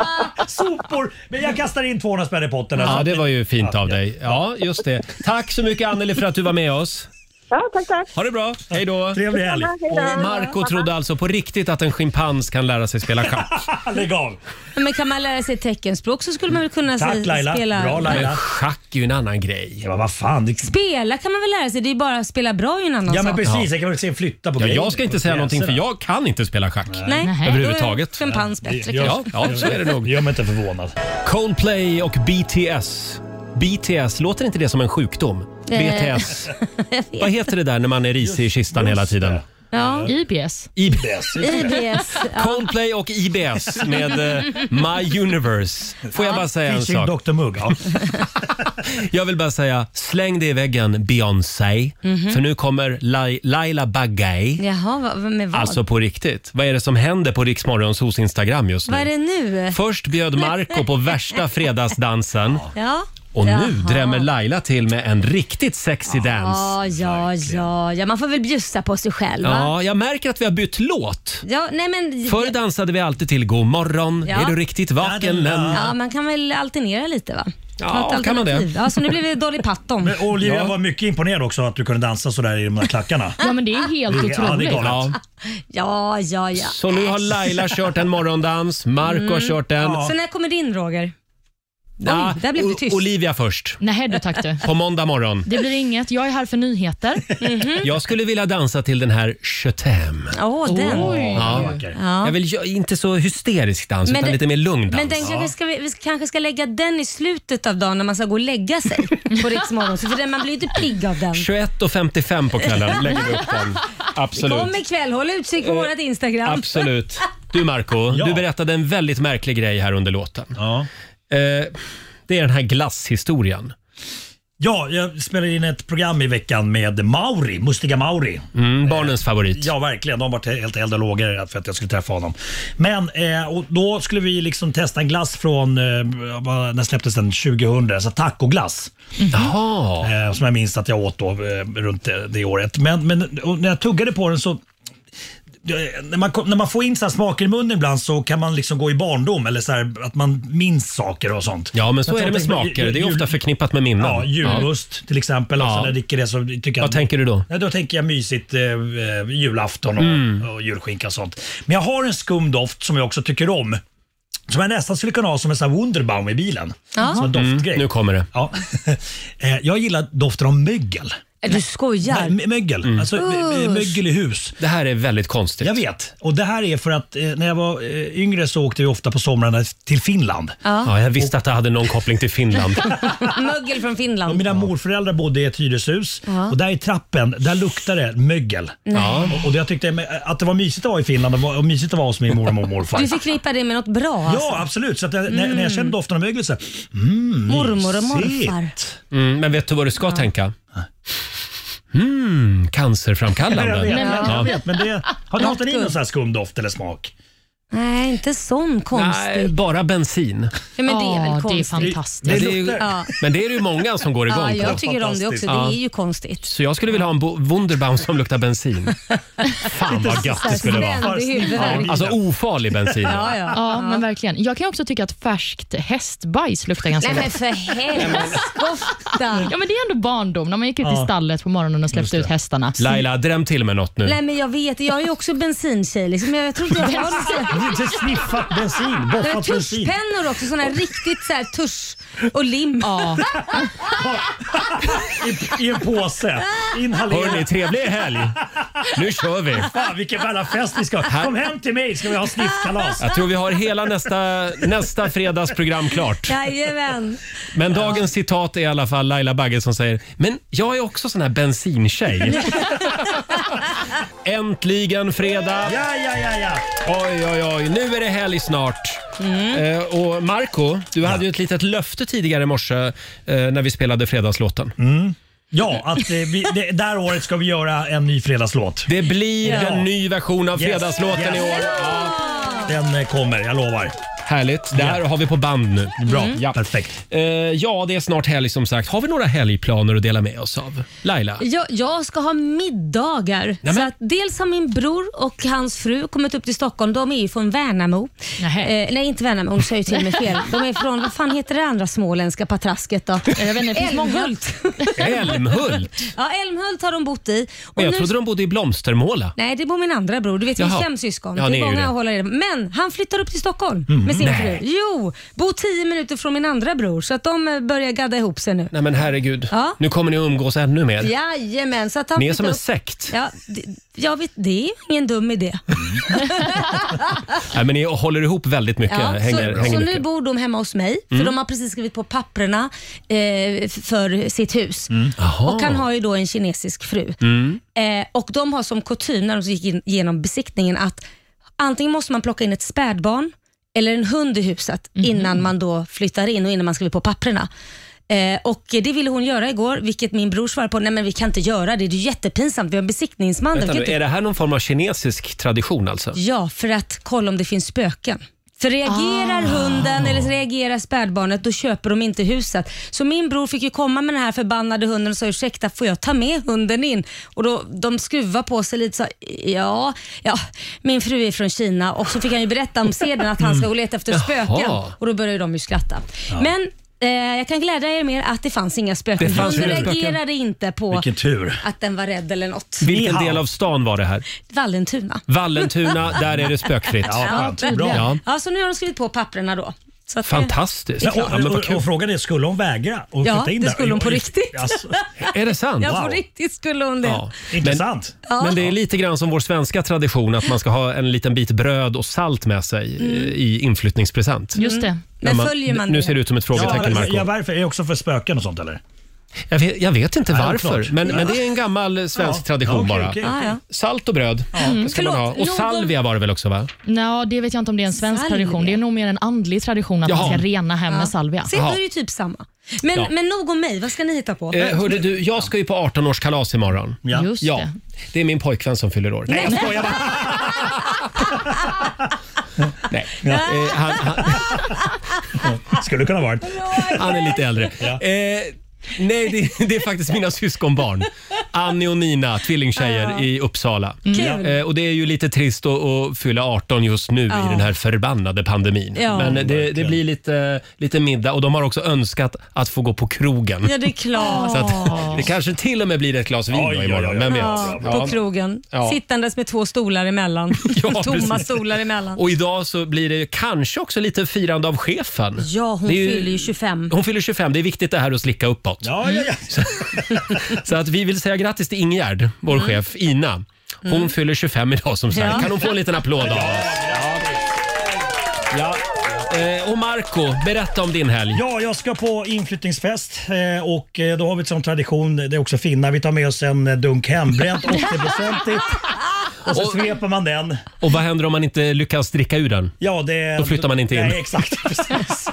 Sopor! Men jag kastar in 200 spänn i potten.
Ja,
alltså.
det var ju fint av dig. Ja, just det. Tack så mycket Anneli för att du var med oss.
Ja, tack, tack.
Ha det bra, hej då!
Trevlig helg. Detsamma, hej då.
Och Marco trodde alltså på riktigt att en schimpans kan lära sig spela schack.
Lägg av!
Men kan man lära sig teckenspråk så skulle man väl kunna
Tack,
se-
Laila.
spela...
Bra, Laila. Men schack är ju en annan grej.
Ja, men vad fan. Det...
Spela kan man väl lära sig, det är bara att spela bra är ju en annan
Ja men
sak.
precis, jag kan väl se en flytta på
Ja,
grejer.
jag ska inte säga någonting för jag kan inte spela schack.
Nej. Nej.
Överhuvudtaget.
Då är schimpans bättre
Ja,
kanske.
ja, så är det nog.
Gör mig inte förvånad.
Coldplay och BTS. BTS, låter inte det som en sjukdom?
Eh.
BTS. Vad heter det där när man är risig i kistan hela tiden?
Ja. IBS.
IBS.
IBS. Ja.
Coldplay och IBS med eh, My Universe. Får jag bara säga en
Finns ju en
sak?
Dr Mugg. Ja.
Jag vill bara säga, släng det i väggen Beyoncé.
Mhm.
För nu kommer Lai- Laila Bagay.
Jaha, vad, med vad?
Alltså på riktigt. Vad är det som händer på Riksmorgons hos Instagram just nu?
vad är det nu?
Först bjöd Marco på värsta fredagsdansen.
Ja.
Och nu
Jaha.
drämmer Laila till med en riktigt sexy dans.
Ja, ja, ja, ja. Man får väl bjussa på sig själv va?
Ja, jag märker att vi har bytt låt.
Ja, nej men...
Förr dansade vi alltid till God morgon,
Ja.
är du riktigt vaken än?
Ja, man kan väl alternera lite va?
Ja,
Något
kan man det?
alternativ. Ja, så nu blev det Dolly Parton.
Men Olivia
ja.
var mycket imponerad också att du kunde dansa sådär i de där klackarna.
Ja, men det är helt
Det är- ja, det är
otroligt.
galet.
ja,
Ja.
ja, ja.
Så nu har Laila kört en morgondans, Marco har
Mm.
kört en.
Så när kommer din Roger?
Ja,
där blev det
O-
tyst.
Olivia först,
Nej, du tack du.
på måndag morgon.
Det blir inget. Jag är här för nyheter.
Mm.
Jag skulle vilja dansa till den här Je t'aime.
Åh, den.
Ja.
Ja.
Jag vill gö- inte så hysterisk dans,
Men
utan
det-
lite mer lugn dans.
Men den kanske ska, vi, vi kanske ska lägga den i slutet av dagen när man ska gå och lägga sig på Riksmorgon. För den, man blir ju inte pigg av den.
21.55 på kvällen lägger vi upp den.
Det
Absolut.
kommer ikväll. Håll utkik på
Eh,
vårt Instagram.
Absolut. Du Marco, du berättade en väldigt märklig grej här under låten. Eh, det är den här glasshistorien.
Ja, jag spelar in ett program i veckan med Mauri, Mustiga Mauri.
Mm, barnens favorit.
Ja, verkligen. De har varit helt eld och lågor för att jag skulle träffa honom. Men eh, och då skulle vi liksom testa en glass från, eh, vad- när släpptes den? 2000, alltså tacoglass.
Jaha.
Eh, som jag minns att jag åt då eh, runt det, det året. Men, men och när jag tuggade på den så Eh, när man, kom- när man får in så här smaker i munnen ibland så kan man liksom gå i barndom eller så här, att man minns saker och sånt.
Ja, men så
Jag
är det med
tror att-
smaker. Det är
jul-
ofta förknippat med minnen.
Ja, julmust till exempel.
Ja.
Alltså, när jag dricker det så tycker jag,
Vad tänker du då?
Nej, då tänker jag mysigt eh, eh, julafton och,
Mm.
och julskinka och sånt. Men jag har en skum doft som jag också tycker om. Som jag nästan skulle kunna ha som en sån här Wunderbaum i bilen.
Ja.
Som en doftgrej.
Mm. nu kommer det.
Ja. Eh, jag gillar doften av mögel.
Äh, Du skojar?
Nej, m- mögel.
Mm.
Alltså, m- m-
Usch.
mögel i hus.
Det här är väldigt konstigt.
Jag vet. Och det här är för att eh, när jag var eh, yngre så åkte vi ofta på somrarna till Finland.
Ja.
Ja, jag visste att det hade någon koppling till Finland.
Mögel från Finland.
Och mina morföräldrar bodde i ett hyreshus
Ja.
och där i trappen där luktade det mögel.
Nej.
Och, och jag tyckte eh, att det var mysigt att vara i Finland och, var- och mysigt att vara hos min mormor och morfar.
Du förknippar det med något bra
Ja,
alltså.
absolut. Så att jag, när,
Mm.
när jag kände doften av mögel så här, mm,
Mormor och
mysigt.
morfar.
Mm, men vet du vad du ska tänka? Mm, cancerframkallande.
Jag vet,
Ja.
jag vet, men det, har du haft in
Något
någon sån här skum doft eller smak?
Nej, inte sån
Nej,
konstig.
bara bensin.
Ja, men det är
Ja, det
väl
är
konstigt?
fantastiskt.
Men är
Det
ju-
luktar- Ja.
Men det är det ju många som går igång
Ja,
på.
jag tycker om det också. Det
Ja.
är ju konstigt.
Så jag skulle vilja ha en bo- Wunderbaum som luktar bensin. Fan vad gött det skulle vara.
Spänd i huvudet.
Ja, alltså ofarlig bensin.
Ja, ja.
Ja, men verkligen. Jag kan också tycka att färskt hästbajs luktar ganska
Nej men
gott.
för
Ja,
helskotta.
men det är ändå barndom, när man gick ut
Ja.
i stallet på morgonen och släppte ut hästarna.
Laila, dräm till med något nu.
Nej men jag vet, jag är ju också bensintjej liksom. Jag tror inte jag har
Du har inte sniffat bensin,
Jag har
boffat bensin.
tuschpennor också, såna här riktigt så här tusch och lim.
I en påse. Inhalera.
Hörni, trevlig helg. Nu kör vi.
Fan vilken jävla fest vi ska ha. Kom hem till mig ska vi ha sniffkalas.
Jag tror vi har hela nästa, nästa fredags program klart.
Jajamän.
Men dagens citat är i alla fall Laila Bagge som säger “Men jag är också sån här bensintjej”. Äntligen fredag!
Ja, ja, ja, ja.
Oj, oj, oj. Nu är det helg snart. Eh, och Marco, du hade ju ett litet löfte tidigare i morse eh, när vi spelade fredagslåten.
Ja, att eh, vi, det där året ska vi göra en ny fredagslåt.
Det blir
Ja.
en ny version av
Yes,
fredagslåten
yes.
i år. Ja.
Den eh, kommer, jag lovar.
Härligt. Det här har vi på band nu.
Bra,
Ja.
perfekt.
Eh, ja, det är snart helg som sagt. Har vi några helgplaner att dela med oss av? Laila?
Jag, jag ska ha middagar.
Nämen.
Så att dels har min bror och hans fru kommit upp till Stockholm. De är ju från Värnamo. Eh, nej, inte Värnamo. Hon sa ju till mig fel. De är från, vad fan heter det andra småländska patrasket då?
Jag vet inte, det finns många.
Älmhult.
Älmhult?
ja, Älmhult har de bott i. Och
Men jag
nu-
trodde de bodde i Blomstermåla.
Nej, det bor min andra bror. Du vet, vi
Jaha.
är fem syskon.
Ja,
det
ni är ju
är många
det.
att hålla reda på. Men han flyttar upp till Stockholm
Mm.
med sin
Nej.
fru. Jo, bor tio minuter från min andra bror, så att de eh, börjar gadda ihop sig nu.
Nej men herregud,
Ja.
nu kommer ni att umgås ännu mer.
Jajamän. Så att han
Ni är som
flyttar
en
upp-
sekt.
Ja, det, jag vet, det är ingen dum idé.
Nej, men ni håller ihop väldigt mycket.
Ja,
hänger,
så
hänger
så nu
mycket.
bor de hemma hos mig, för
Mm.
de har precis skrivit på papperna eh, f- för sitt hus.
Jaha.
Och han har ju då en kinesisk fru.
Mm.
Eh, och De har som kutym när de gick in, genom besiktningen att antingen måste man plocka in ett spädbarn eller en hund i huset innan man då flyttar in och innan man skriver på papperna. Eh, och Det ville hon göra igår, vilket min bror svarade på. Nej men vi kan inte göra det, det är ju jättepinsamt. Vi har en besiktningsman. där, vi
Vänta
kan
nu,
inte
är det här någon form av kinesisk tradition alltså?
Ja, för att kolla om det finns spöken. För
Ah.
reagerar hunden eller reagerar spädbarnet, då köper de inte huset. Så min bror fick ju komma med den här förbannade hunden och sa ursäkta, får jag ta med hunden in? Och då, De skruvade på sig lite så ja, ja, min fru är från Kina och så fick han ju berätta om seden att han ska gå och leta efter
Mm.
spöken
Jaha.
och då började de ju skratta.
Ja.
Men eh, jag kan glädja er med att det fanns inga spöken.
Det fanns
hunden
inga spöken.
reagerade inte på
Vilken tur.
att den var rädd eller något.
Vilken del av stan var det här?
Vallentuna.
Vallentuna, där är det spökfritt. Ja.
Ja. ja, så nu har de skrivit på papperna då. Så att det-
Fantastiskt.
Det är klart.
och, och, och, frågan är, skulle hon vägra att
Ja,
flytta in
det
där?
skulle hon på riktigt.
Alltså,
Är det sant?
Ja, på riktigt skulle hon det.
Ja.
Intressant.
Men, men det är lite grann som vår svenska tradition att man ska ha en liten bit bröd och salt med sig
Mm.
eh, i inflyttningspresent.
Just det.
När
Men följer man
Nu
det?
ser det ut som ett frågetecken,
ja,
Marco.
ja, varför? Är det också för spöken och sånt eller?
Jag vet, jag vet inte
Ja,
varför,
oklart.
men,
Ja.
men det är en gammal svensk
Ja.
tradition
Okej,
bara.
okej, okej. Ja, ja.
Salt och bröd
Mm.
ska man ha. Och
Förlåt, någon-
salvia var det väl också? va? Eh,
Nå, det vet jag inte om det är en svensk
Salvia.
tradition. Det är nog mer en andlig tradition att
Jaha.
man ska rena hem
Ja.
med salvia.
Se, då är det ju typ samma. Men,
Ja.
men nog om mig, vad ska ni hitta på?
Eh, hörde du, jag ska ju på 18-årskalas imorgon.
Ja. Just
ja.
det.
Det är min pojkvän som fyller år. Nej, jag skojar bara. Nej. Eh, han, han...
Skulle kunna varit.
Han är lite äldre. Eh, nej, det, det är faktiskt mina syskonbarn. Annie och Nina, tvillingtjejer i Uppsala.
Kul.
Eh, och Det är ju lite trist att, att fylla 18 just nu
Ja.
i den här förbannade pandemin.
Ja.
Men eh, det, det
Verkligen.
blir lite, lite middag och de har också önskat att få gå på krogen.
Ja, det är klart.
Så att, det kanske till och med blir ett glas vin
Oj,
då imorgon.
oj, oj.
Vem vet?
Ja, på
Ja.
krogen.
Ja.
Sittandes med två stolar emellan.
Ja,
Tomma
precis.
stolar emellan.
Och idag så blir det kanske också lite firande av chefen.
Ja, hon
Det är
fyller ju 25.
Hon fyller 25. Det är viktigt det här att slicka uppåt.
Ja, ja, ja.
Så, så att vi vill säga grattis till Ingegerd, vår
Mm.
chef, Ina. Hon
Mm.
fyller 25 idag som sagt.
Ja.
Kan hon få en liten applåd av oss? Ja. Eh, och Marco, berätta om din helg.
Ja, jag ska på inflyttningsfest eh, och eh, då har vi som tradition, det är också finnar, vi tar med oss en eh, dunk hembränt, 80-procentigt. Och så sveper man den.
Och vad händer om man inte lyckas dricka ur den?
Ja, det,
Då flyttar man inte in.
Nej, exakt. Precis.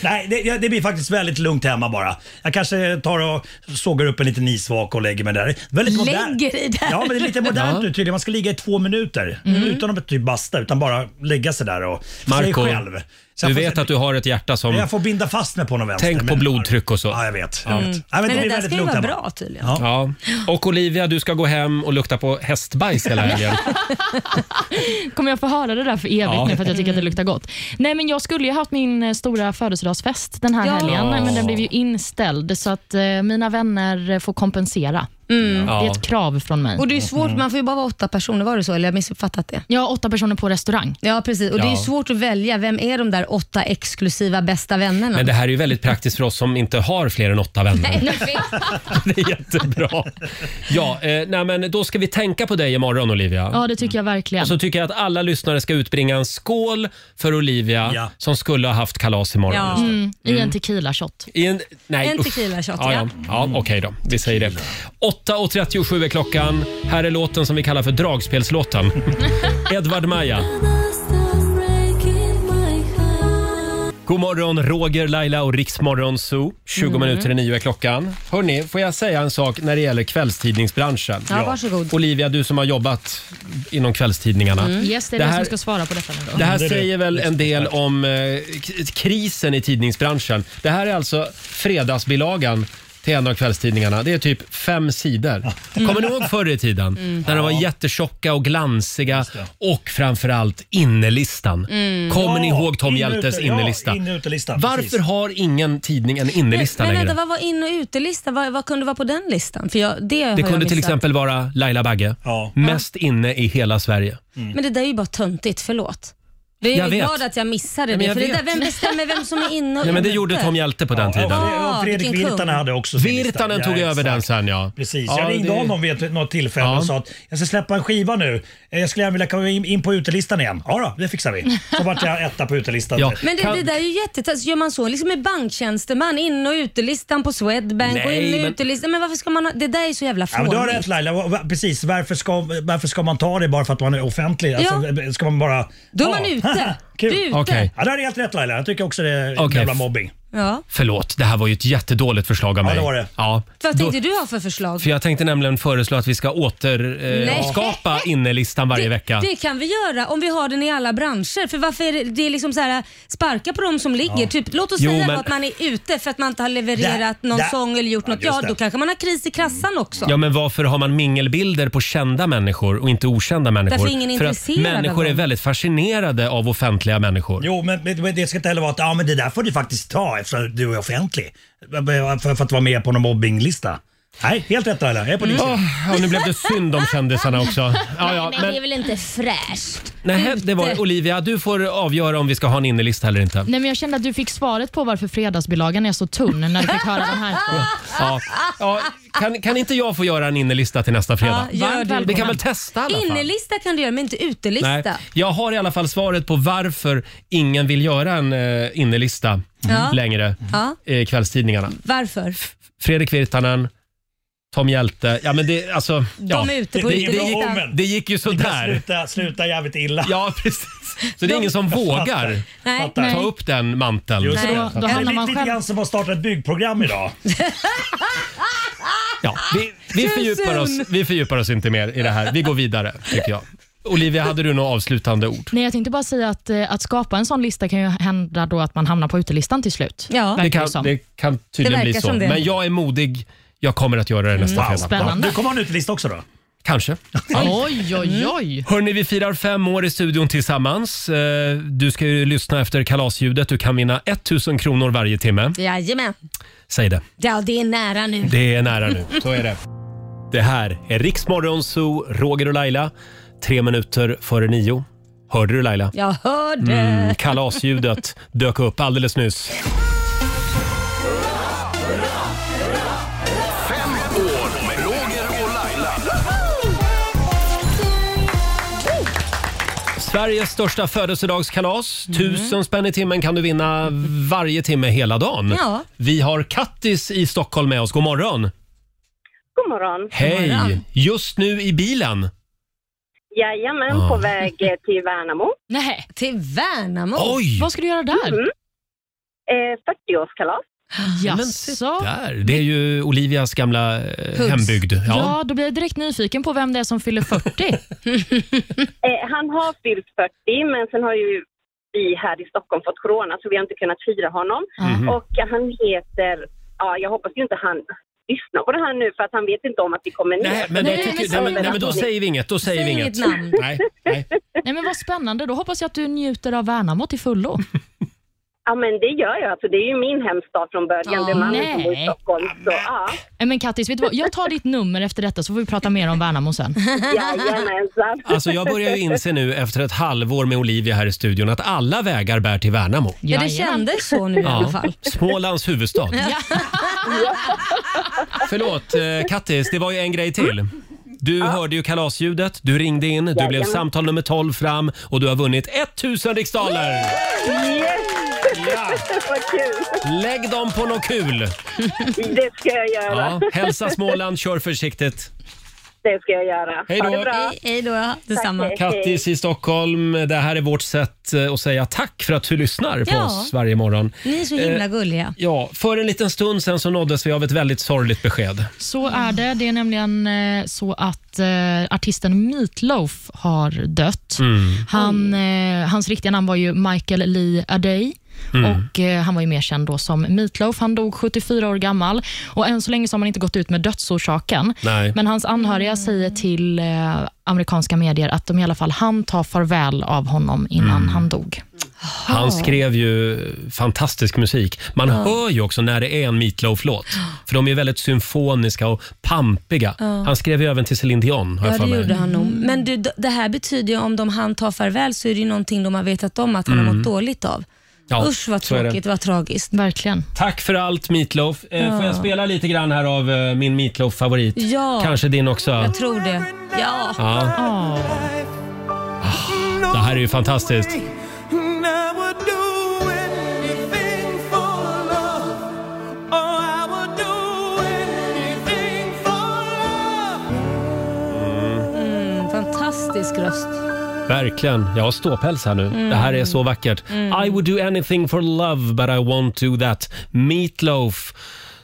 Nej, det, ja, det blir faktiskt väldigt lugnt hemma bara. Jag kanske tar och sågar upp en liten isvak och lägger mig där. Väldigt modernt.
Lägger i där.
Ja, men det är lite modernt nu tydligen. Man ska ligga i två minuter
Mm.
utan att typ basta, utan bara lägga sig där och sig
Marco,
själv. Så
du
jag får-
vet att du har ett hjärta som...
Jag får binda fast mig på något vänster.
Tänk på
men-
blodtryck och så.
Ja, jag vet.
Ja.
Mm.
Ja, men det
men det
blir
där
väldigt
ska ju
lugnt
vara
hemma.
bra tydligen.
Ja. Och Olivia, du ska gå hem och lukta på hästbajs hela helgen.
Kommer jag få höra det där för evigt
Ja.
nu för att jag tycker att det luktar gott? Nej, men jag skulle ju haft min eh, stora födelsedagsfest den här
Ja.
helgen, men den blev ju inställd så att eh, mina vänner eh, får kompensera.
Mm.
Det är ett krav från mig.
Och det är ju svårt,
Mm.
man får ju bara vara åtta personer, var det så? Eller har jag missuppfattat det?
Ja, åtta personer på restaurang.
Ja, precis. Och det är ju
Ja.
svårt att välja, vem är de där åtta exklusiva bästa vännerna?
Men det här är ju väldigt praktiskt för oss som inte har fler än åtta vänner.
Mm.
Nej, men-
Det är jättebra. Ja, eh, nej, men då ska vi tänka på dig imorgon Olivia.
Ja, det tycker jag verkligen.
Och så tycker jag att alla lyssnare ska utbringa en skål för Olivia som skulle ha haft kalas imorgon.
Ja. Mm, I en tequila-shot.
I en, nej,
En
usch.
tequila-shot,
ja. ja.
ja.
ja Okej då, vi säger det. 8.37 är klockan. Här är låten som vi kallar för dragspelslåten. Edvard Maja. God morgon, Roger, Laila och Riksmorgon Zoo. 20
Mm.
minuter i nio är klockan. Hörni, får jag säga en sak när det gäller kvällstidningsbranschen?
Ja, varsågod.
Olivia, du som har jobbat inom kvällstidningarna.
Mm. Yes, det är
Det
du
här-
som ska svara på detta nu då.
Det här säger väl en del om eh, k- krisen i tidningsbranschen. Det här är alltså fredagsbilagan till en av kvällstidningarna. Det är typ fem sidor.
Mm.
Kommer ni ihåg förr i tiden?
Mm.
När de var jättetjocka och glansiga och framförallt innelistan.
Mm.
Kommer ni
Ja,
ihåg Tom
inne-
Hjältes
ute-
innelista?
Ja, inne- utelista,
Varför
precis.
har ingen tidning en innelista
Men
längre?
vänta, vad var in och utelistan? Vad, vad kunde vara på den listan? För jag, det har
det
jag
kunde till
missat.
exempel vara Laila Bagge. Mest inne i hela Sverige.
Men det där är ju bara töntigt, förlåt. Det är
Jag
jag
vet.
glad att jag missade
Ja, men
det.
jag
För det där,
vet.
vem bestämmer vem som är inne och
Nej, men det
ute?
gjorde Tom Hjälte på den tiden.
Och Fredrik
vilken
Virtanen
kung.
hade också sin lista.
Virtanen tog
Ja,
över
exakt.
den sen ja.
Precis.
Ja,
jag ringde
det-
honom vid ett- något tillfälle
Ja.
och sa att jag ska släppa en skiva nu. Eh, Jag skulle gärna vilja komma in in på utelistan igen. Ja då, det fixar vi. Så vart jag etta på utelistan.
Ja.
Men det, det där är ju jättetönt. Gör man så liksom med banktjänsteman, in och utelistan på Swedbank och
Nej,
in och
men-
utelistan. Men varför ska man ha, det där är så jävla
Ja, men
fånigt.
du har rätt Laila. Va- va- Precis, varför ska, varför ska man ta det bara för att man är offentlig? Alltså, Ska man bara...
Då är man ute.
Kul.
Du är ute. Okej.
Ja, du har helt rätt Laila. Jag tycker också det är
Okej.
jävla mobbing.
ja.
Förlåt, det här var ju ett jättedåligt förslag av
Ja,
mig.
det var det.
Ja.
Vad
Då,
tänkte du ha för förslag?
för jag tänkte nämligen föreslå att vi ska återskapa
Nej.
eh, skapa innelistan varje vecka.
Det kan vi göra om vi har den i alla branscher. För varför är det, det är liksom så här, sparka på dem som ligger.
Ja.
Typ, låt oss
Jo,
säga
men-
då att man är ute för att man inte har levererat någon
där.
sång eller gjort något.
just
Ja,
det.
då kanske man har kris i kassan också.
Ja, men varför har man mingelbilder på kända människor och inte okända människor?
Därför är ingen
För att
intresserad av
människor är
dem.
väldigt fascinerade av offentliga människor.
Jo, men, men men det ska inte heller vara att ja, men det där får du faktiskt ta eftersom du är offentlig. För, för att vara med på någon mobbinglista. Nej, helt rätt Laila. Jag är på din
Mm.
sida.
Åh, ja, nu blev det synd om kändisarna också. Ja, ja,
men, det är
men,
väl inte fräscht?
nej, det var Olivia, du får avgöra om vi ska ha en innelista eller inte.
Nej, men jag kände att du fick svaret på varför fredagsbilagan är så tunn när du fick höra den här.
Ja. Ja, kan, kan inte jag få göra en innelista till nästa fredag?
Ja, gör
Varmt
det.
välkommen. vi kan väl testa i alla fall?
Innelista kan du göra men inte utelista.
Nej, jag har i alla fall svaret på varför ingen vill göra en eh, innelista
Ja.
längre
Ja.
i kvällstidningarna.
Varför?
Fredrik Virtanen, Tom Hjälte. Ja, men det, alltså, ja.
är ute på
det, det,
utelistan.
gick, det gick ju
Det kan
sådär.
Sluta, sluta jävligt illa.
Ja, precis. Så det är ingen som
Jag fattar.
vågar
Nej. Fattar.
ta upp den manteln.
Just det.
Jag
det
fattar.
är lite, lite grann som att starta ett byggprogram idag.
Ja, vi, vi,
Too
fördjupar
soon.
oss, vi fördjupar oss inte mer i det här. Vi går vidare, tycker jag. Olivia, hade du några avslutande ord?
Nej, jag tänkte bara säga att, eh, att skapa en sån lista kan ju hända då att man hamnar på utelistan till slut. Verkar
det, kan,
som.
det kan tydligen
Det
bli
verkar
så.
som det.
Men jag är modig. Jag kommer att göra det nästa
Mm. Wow,
fredag.
spännande.
Du kommer ha en utelista också då?
Kanske. Mm.
Oj, oj, oj.
Hörni, vi firar fem år i studion tillsammans. Eh, Du ska ju lyssna efter kalasljudet. Du kan vinna 1000 kronor varje timme.
Jajamän.
Säg det.
Ja, det är nära nu.
Det är nära nu. Så är det. Det här är Riksmorgon Zoo, Roger och Laila. Tre minuter före nio. Hörde du Laila?
Jag hörde.
Mm, kalasljudet dök upp alldeles nyss.
Fem år med Roger och Laila.
Sveriges största födelsedagskalas.
Mm.
Tusen spänn i timmen kan du vinna varje timme hela dagen.
Ja.
Vi har Kattis i Stockholm med oss. God morgon!
God morgon.
Hej!
God morgon.
Just nu i bilen.
Jajamän,
Ja.
på väg eh, till Värnamo.
Nej.
Till Värnamo?
Oh,
Oj. Vad
ska du göra där?
Mm. Eh, 40-årskalas.
Jaså?
Där. Det är ju Olivias gamla eh,
Puss.
hembygd. Ja.
Ja, då blir jag direkt nyfiken på vem det är som fyller 40.
Eh, han har fyllt 40, men sen har ju vi här i Stockholm fått corona, så vi har inte kunnat fira honom.
Mhm.
Och han heter, ja, jag hoppas ju inte han lyssnar på det här nu, för att han vet inte om att vi kommer ner.
Nej, men, då tycker, nej, men, nej, men då säger vi inget. Då säger vi inget. Nej.
Nej, men vad spännande. Då hoppas jag att du njuter av Värnamo till fullo.
Ja, men det gör jag. Alltså, det är ju min hemstad från början.
Ja,
det är mannen som bor i
nej.
Stockholm. Så, ja.
Nej, Men Kattis, vet du vad? jag tar ditt nummer efter detta så får vi prata mer om Värnamo sen.
Jajamensan.
Alltså jag börjar ju inse nu efter ett halvår med Olivia här i studion att alla vägar bär till Värnamo.
Ja, det kändes så nu i alla fall.
Smålands huvudstad. Förlåt, eh, Kattis, det var ju en grej till. Du hörde ju kalasljudet, du ringde in, du blev
Jajamän.
samtal nummer 12 fram och du har vunnit 1000 riksdaler!
Yes! Vad kul!
Lägg dem på något kul!
Det ska jag göra.
Ja, hälsa Småland, kör försiktigt.
Det ska jag göra.
Hej då.
Ha det bra.
Hej, hej då, ja. Detsamma.
Tack, hej, hej.
Kattis i Stockholm, det här är vårt sätt eh, att säga tack för att du lyssnar på
Ja.
oss varje morgon.
Ni är så
Eh,
himla gulliga.
Ja, för en liten stund sen så nåddes vi av ett väldigt sorgligt besked.
Så är det. Det är nämligen eh, så att eh, artisten Meat Loaf har dött.
Mm.
Han, eh, hans riktiga namn var ju Michael Lee Adey.
Mm.
Och, eh, han var ju mer känd då som Meat Loaf. Han dog 74 år gammal och än så länge så har man inte gått ut med dödsorsaken.
Nej.
Men hans anhöriga säger till eh, amerikanska medier att de i alla fall han tar farväl av honom innan
Mm.
han dog.
Han skrev ju fantastisk musik. Man hör ju också när det är en Meat Loaf-låt. För de är väldigt symfoniska och pampiga.
Ja.
Han skrev ju även till Céline Dion. har jag
Ja,
för
det
mig.
gjorde han nog. Men du, d- det här betyder ju om de han tar farväl så är det ju någonting de har vetat om att han har
Mm.
mått dåligt av.
Ja,
Usch vad
så är det.
tråkigt, vad tragiskt.
Verkligen.
Tack för allt Meat Loaf. Eh,
Ja.
Får jag spela lite grann här av eh, min Meat Loaf-favorit?
Ja.
Kanske din också?
Jag tror det. Ja.
Ja. Ah, Det här är ju fantastiskt.
Mm, fantastisk röst.
Verkligen. Jag har ståpäls här nu.
Mm.
Det här är så vackert.
Mm.
I would do anything for love but I won't do that. Meat Loaf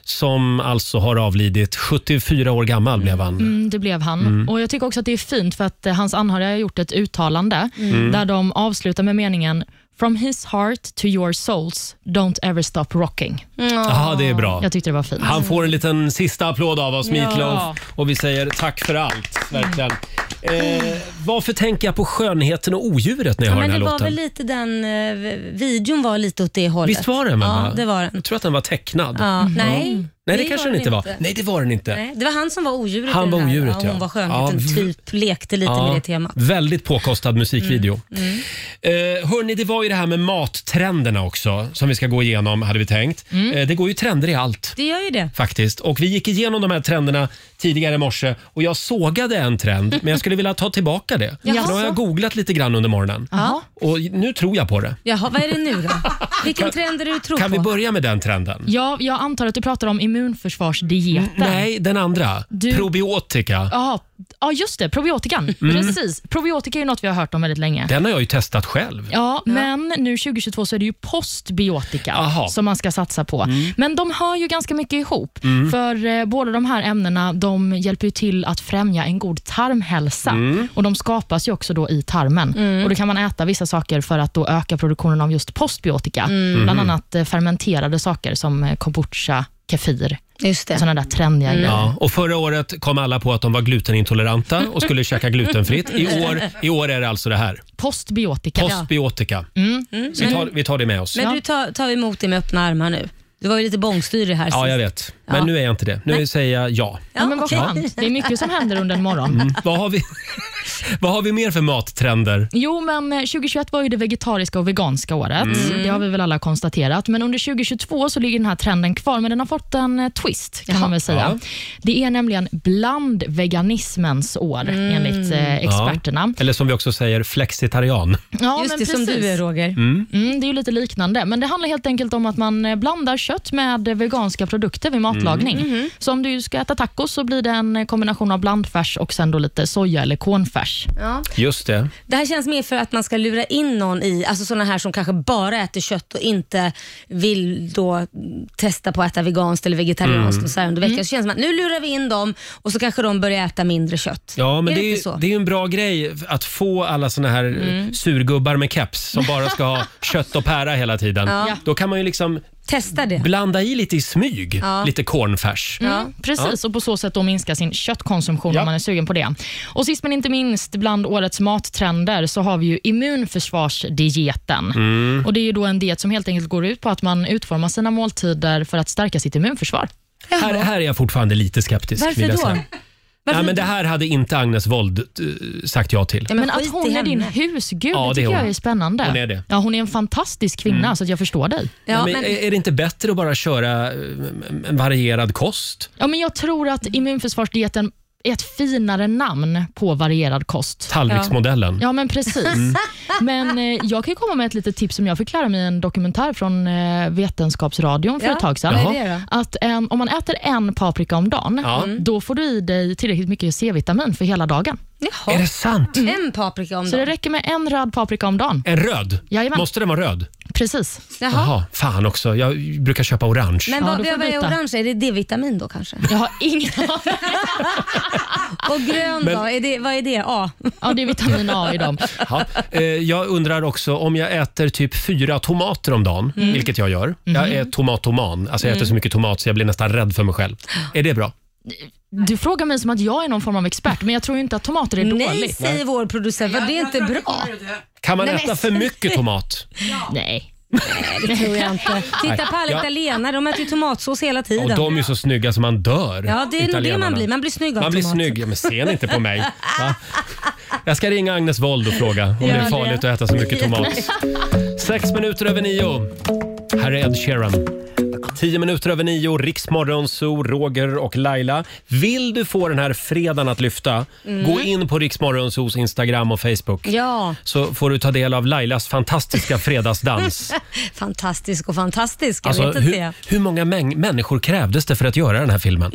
som alltså har avlidit. 74 år gammal blev han.
Mm, det blev han.
Mm.
Och Jag tycker också att det är fint för att eh, hans anhöriga har gjort ett uttalande
Mm.
där de avslutar med meningen From his heart to your souls, don't ever stop rocking.
Ja, det är bra.
Jag tyckte det var fint.
Han får en liten sista applåd av oss,
Ja.
Meat Loaf. Och vi säger tack för allt.
Mm.
Verkligen. Eh, varför tänker jag på skönheten och odjuret när jag
Ja,
hör
men
den
det
här
var
låten?
väl lite den eh, videon var lite åt det hållet.
Visst var den?
Ja,
va?
det var den.
Jag tror att den var tecknad.
Ja, nej.
Nej, det,
Det
kanske den
var den
inte var.
inte.
Nej, det var den inte.
Nej, det var han som var odjuret. i
Han
den
var
här.
odjuret,
ja.
ja.
Hon var skönheten,
Ja, v-
typ lekte lite
Ja,
med det temat.
Väldigt påkostad musikvideo.
Mm. Mm.
Eh, hörni, det var ju det här med mattrenderna också som vi ska gå igenom hade vi tänkt.
Mm.
Eh, det går ju trender i allt.
Det gör ju det.
Faktiskt. Och Vi gick igenom de här trenderna tidigare i morse och jag sågade en trend men jag skulle vilja ta tillbaka det. För
Jaså?
Nu har jag googlat lite grann under morgonen
Ja.
och nu tror jag på det.
Jaha, vad är det nu då? Vilken trend är det du tror
Kan
på?
vi börja med den trenden?
Ja, jag antar att du pratar om immunförsvarsdieten.
Nej, den andra.
Du-
Probiotika.
Jaha. Ja, just det. Probiotikan.
Mm.
Precis. Probiotika är ju något vi har hört om väldigt länge.
Den har jag ju testat själv.
Ja, men nu 2022 så är det ju postbiotika
Aha.
som man ska satsa på. Men de hör ju ganska mycket ihop.
Mm.
För eh, båda de här ämnena de hjälper ju till att främja en god tarmhälsa.
Mm.
Och De skapas ju också då i tarmen.
Mm.
Och Då kan man äta vissa saker för att då öka produktionen av just postbiotika.
Mm.
Bland annat eh, fermenterade saker som eh, kombucha, kefir.
Just det.
Sådana där trendiga grejer.
Ja, och förra året kom alla på att de var glutenintoleranta och skulle käka glutenfritt. I år, I år är det alltså det här.
Postbiotika.
Postbiotika.
Mm.
Mm,
Vi tar,
men-
vi tar det med oss.
Men du tar, tar emot det med öppna armar nu. Du var ju lite bångstyrig här
Ja,
sist.
jag vet. Men
Ja.
nu är jag inte det. Nu säger jag ja.
Ja, men vad
Ja.
skönt. Det är mycket som händer under en morgon.
Mm. Vad, har vi, vad har vi mer för mattrender?
Jo, men eh, 2021 var ju det vegetariska och veganska året.
Mm.
Det har vi väl alla konstaterat. Men under 2022 så ligger den här trenden kvar, men den har fått en eh, twist kan man väl säga.
Ja.
Det är nämligen bland veganismens år
Mm.
enligt eh, experterna.
Ja. Eller som vi också säger, flexitarian.
Ja,
Just
men
det, som
precis.
du är Roger.
Mm.
Mm, det är ju lite liknande, men det handlar helt enkelt om att man eh, blandar kött med eh, veganska produkter vid
Mm.
matlagning.
Mhm.
Så om du ska äta tacos så blir det en eh, kombination av blandfärs och sen då lite soja eller kornfärs.
Ja.
Just det.
Det här känns mer för att man ska lura in någon i, alltså sådana här som kanske bara äter kött och inte vill då mm, testa på att äta veganskt eller vegetarianskt
Mm.
och så här under veckan. Så känns det som att nu lurar vi in dem och så kanske de börjar äta mindre kött.
Ja, men
Är det
det,
inte så?
är, det är ju en bra grej att få alla såna här eh,
Mm.
surgubbar med keps som bara ska ha kött och pära hela tiden.
Ja.
Då kan man ju liksom
Testa det.
blanda i lite i smyg,
Ja.
lite cornfärs.
Mm, Precis, och på så sätt då minska sin köttkonsumtion om man är sugen på det. Och Sist men inte minst, bland årets mattrender så har vi ju immunförsvarsdieten.
Mm.
Och Det är ju då en diet som helt enkelt går ut på att man utformar sina måltider för att stärka sitt immunförsvar.
Här, här är jag fortfarande lite skeptisk.
Varför
vill jag
då?
Säga. Nej,
Varför
men det
då?
här hade inte Agnes Wold eh, sagt ja till.
men att hon är din husgud
Ja, det är
det tycker
hon.
jag är spännande.
Hon är det. Mm.
Ja, hon är en fantastisk kvinna, så att jag förstår dig.
Nej, men, Är är det inte bättre att bara köra eh, en varierad kost?
Ja, men jag tror att immunförsvarsdieten är ett finare namn på varierad kost.
Tallriksmodellen.
Ja, men precis.
Mm.
Men eh, jag kan ju komma med ett litet tips som jag fick lära mig i en dokumentär från eh, Vetenskapsradion för
Ja,
ett tag sedan.
vad är det då?
Att en, om man äter en paprika om dagen,
Ja. Mm.
då får du i dig tillräckligt mycket C-vitamin för hela dagen.
Är det sant?
En paprika om
Så det
dagen.
räcker med en röd paprika om dagen.
En röd?
Jajamän.
Måste den vara röd?
Precis.
Jaha, fan också. Jag brukar köpa orange.
Men vad,
får
vad är
byta.
orange? Är det D-vitamin då kanske?
Jag har ingen
Och grön
Men-
då? Är det, vad är det? A?
Ja, det är vitamin A i dem.
Ja, eh, jag undrar också om jag äter typ fyra tomater om dagen,
Mm.
vilket jag gör. Jag
Mhm.
är tomatoman. Alltså jag äter
Mm.
så mycket tomat så jag blir nästan rädd för mig själv. Är det bra?
Du frågar mig som att jag är någon form av expert, men jag tror ju inte att tomater är
Nej,
dåligt.
säger vår producent. Var det inte bra?
Kan man
Nej, men-
äta för mycket tomat?
Nej.
Nej, det tror jag inte. Titta på alla
Ja.
italienare, de äter ju tomatsås hela tiden.
Och de är ju så snygga som man dör.
Ja, det är nog det man
italienarna.
blir. Man blir snygg av
Man blir
tomater.
snygg. Ja, Men se ni inte på mig. Va? Jag ska ringa Agnes Wold och fråga om det
Gör
är
det.
farligt att äta så mycket tomat. Sex minuter över nio. Här är Ed Sheeran. Tio minuter över nio, Riksmorgon, Zoo, Roger och Laila. Vill du få den här fredagen att lyfta,
Mm.
gå in på Riksmorgon Zoos Instagram och Facebook.
Ja.
Så får du ta del av Lailas fantastiska fredagsdans.
Fantastisk och fantastisk, jag
Alltså,
vet inte
hur,
det.
hur många mäng- människor krävdes det för att göra den här filmen?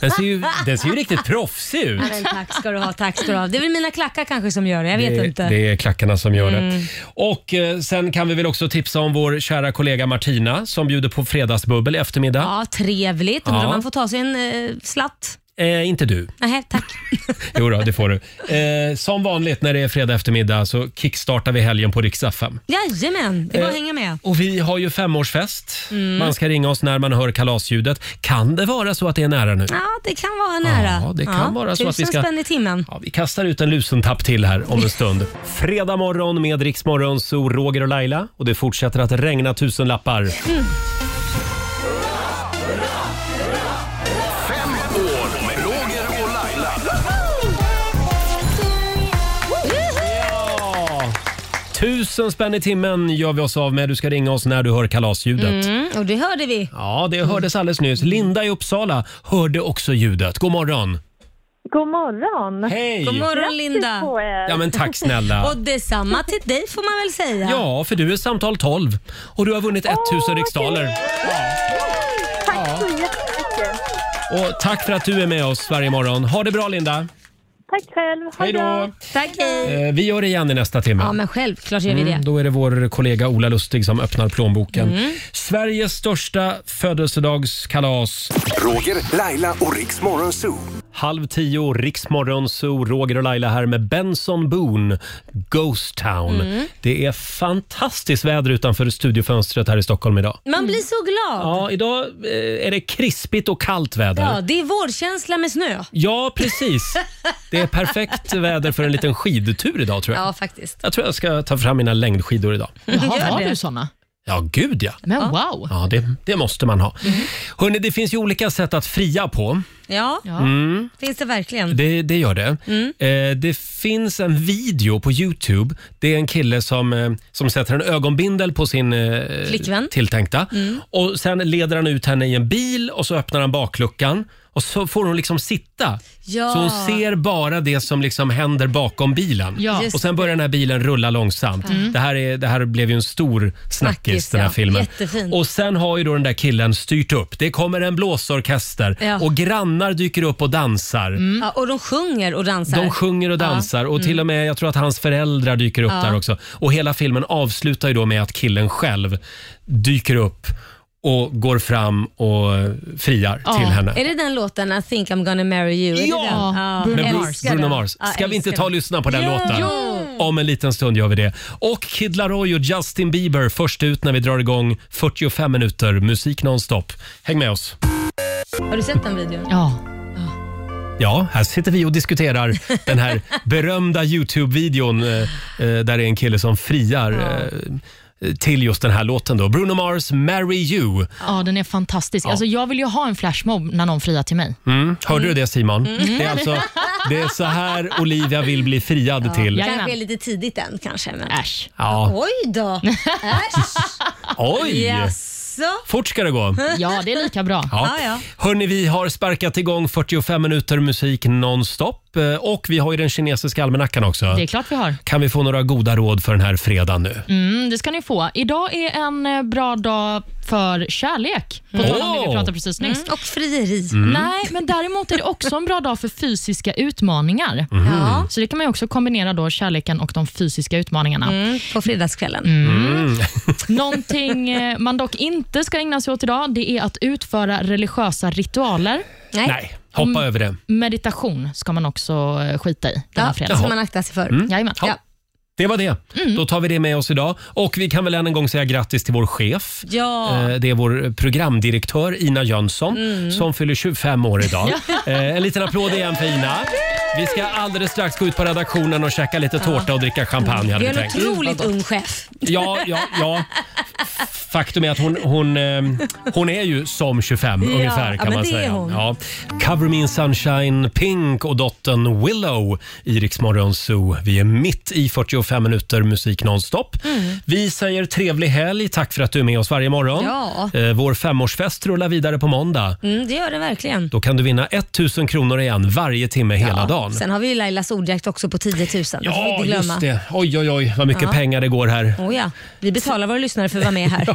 Den ser ju, den ser ju riktigt proffsig ut.
Ja, men tack ska du ha, tack ska du ha. Det är väl mina klackar kanske som gör det, jag vet
det,
inte.
Det är klackarna som gör det.
Mm.
Och eh, sen kan vi väl också tipsa om vår kära kollega Martina som bjuder på fredagsbubbel i eftermiddag.
Ja, trevligt. Undrar
Ja.
om man får ta sig en eh, slatt.
Eh, inte du.
Nej, tack.
Jo då, det får du. Eh, som vanligt när det är fredag eftermiddag så kickstartar vi helgen på Rix FM.
Jajamän, det är bara att
Eh,
hänga med.
Och vi har ju femårsfest.
Mm.
Man ska ringa oss när man hör kalasljudet. Kan det vara så att det är nära nu?
Ja, det kan vara nära.
Ja, det kan vara så att vi ska-
Tusen spänn i timmen.
Ja, vi kastar ut en lusentapp till här om en stund. Fredag morgon med Rix Morgon, så Roger och Laila. Och det fortsätter att regna tusenlappar.
Mm.
Tusen spänn i timmen gör vi oss av med. Du ska ringa oss när du hör kalasljudet.
Mm, och det hörde vi.
Ja, det hördes alldeles nyss. Linda i Uppsala hörde också ljudet. God morgon!
God morgon! eh,
Hej!
God morgon
Grattis
Linda!
på er. Ja, men tack, snälla.
och detsamma till dig får man väl säga.
Ja, för du är samtal 12 och du har vunnit 1000 riksdaler.
Tack så jättemycket!
Och tack för att du är med oss varje morgon. Ha det bra Linda!
Tack själv! Ha
Hej då.
det.
Tack hej!
Eh, Vi gör det igen i nästa timme.
Ja men självklart gör vi det.
Mm, då är det vår kollega Ola Lustig som öppnar plånboken.
Mm.
Sveriges största födelsedagskalas.
Roger, Laila och Riks Morgonzoo.
Halv tio, Riksmorgon, Zoo, Roger och Laila här med Benson Boone, Ghost Town.
Mm.
Det är fantastiskt väder utanför studiofönstret här i Stockholm idag.
Man blir så glad.
Mm. Ja, idag eh, är det krispigt och kallt väder.
Ja, det är vårkänsla med snö.
Ja, precis. Det är perfekt väder för en liten skidtur idag tror jag.
Ja, faktiskt.
Jag tror jag ska ta fram mina längdskidor idag.
Jaha,
Gör
har
det.
du såna?
Ja, gud ja.
Men wow.
Ja, det, det måste man ha.
Mm.
Hörrni, det finns ju olika sätt att fria på.
Ja,
Mm.
finns det verkligen.
Det, det gör det.
Mm.
Eh, det finns en video på Youtube. Det är en kille som, eh, som sätter en ögonbindel på sin eh,
Flickvän.
tilltänkta.
Mm.
Och Sen leder han ut henne i en bil och så öppnar han bakluckan. Och så får hon liksom sitta.
Ja.
Så hon ser bara det som liksom händer bakom bilen.
Ja.
Och Sen börjar den här bilen rulla långsamt.
Mm.
Det, här är, det här blev ju en stor snackis,
Snackis,
den här
ja.
filmen.
Jättefin.
Och Sen har ju då den där killen styrt upp. Det kommer en blåsorkester
Ja. Mm.
och grannar dyker upp och dansar.
Ja, och de sjunger och dansar.
De sjunger och dansar och till och med jag tror att hans föräldrar dyker upp
Mm. Ja.
där också. Och hela filmen avslutar ju då med att killen själv dyker upp och går fram och friar till henne.
Är det den låten I think I'm gonna marry you? Är
Ja,
det den?
Med
älskar
Bruce,
den.
Bruno Mars.
Ja,
Ska vi inte
älskar
ta och
den.
lyssna på den
Jo.
låten?
Jo.
Om en liten stund gör vi det. Och Kid Laroi och Justin Bieber först ut när vi drar igång 45 minuter musik nonstop. Häng med oss.
Har du sett den videon?
Ja.
Ja, här sitter vi och diskuterar den här berömda Youtube-videon eh, eh, där det är en kille som friar eh, till just den här låten. Då. Bruno Mars, “Marry You”.
Mm.
Ja, den är fantastisk. Alltså, jag vill ju ha en flashmob när någon friar till mig.
Mm. Hörde du det Simon?
Mm.
Det, är alltså, det är så här Olivia vill bli friad till.
Ja, kanske är lite tidigt än kanske. Men...
Mm.
Äsch.
Ja.
Oj då.
Oj!
Jaså?
Fort ska det gå.
Ja, det är lika bra.
Ja. Hörni, vi har sparkat igång 45 minuter musik nonstop eh, och vi har ju den kinesiska almanackan också.
Det är klart vi har.
Kan vi få några goda råd för den här fredagen nu?
Mm, det ska ni få. Idag är en eh, bra dag för kärlek, på tal om det vi
Åh.
pratade precis nyss.
och frieri.
Mm.
Nej, men däremot är det också en bra dag för fysiska utmaningar.
Mhm. Ja.
Så det kan man ju också kombinera då kärleken och de fysiska utmaningarna.
Mm, på fredagskvällen.
Mm.
Någonting eh, man dock inte ska ägna sig åt idag, det är att utföra religiösa ritualer.
Nej, hoppa
Mm.
över det.
Meditation ska man också eh, skita i den här
det ska
fredagen.
Jaha. man
akta sig för.
Mm.
Jajamän.
Ja. Det var det. Då tar vi det med oss idag. Och vi kan väl än en gång säga grattis till vår chef.
Ja.
Eh, Det är vår programdirektör Ina Jönsson
Mm.
som fyller 25 år idag.
Ja.
Eh, En liten applåd igen för Ina. Vi ska alldeles strax gå ut på redaktionen och käka lite tårta och dricka champagne. Hade
Vi
vi
har en
tänkt.
otroligt ung chef.
Ja, ja, ja. Faktum är att hon, hon, eh, hon är ju som 25
Ja,
ungefär
ja,
kan
men
man
det är
säga.
hon.
Ja. Cover Me In Sunshine, Pink och dottern Willow i Rix Morgon Zoo. Vi är mitt i 45 minuter musik nonstop.
Mm.
Vi säger trevlig helg. Tack för att du är med oss varje morgon.
Ja.
Eh, Vår femårsfest rullar vidare på måndag.
Mm, det gör det verkligen.
Då kan du vinna 1000 kronor igen varje timme hela dagen.
Sen har vi ju Lailas ordjakt också på 10 000. Det får vi
Ja,
inte glömma.
just det. Oj, oj, oj vad mycket
Ja.
pengar det går här.
Oh ja. Vi betalar våra lyssnare för att vara med här.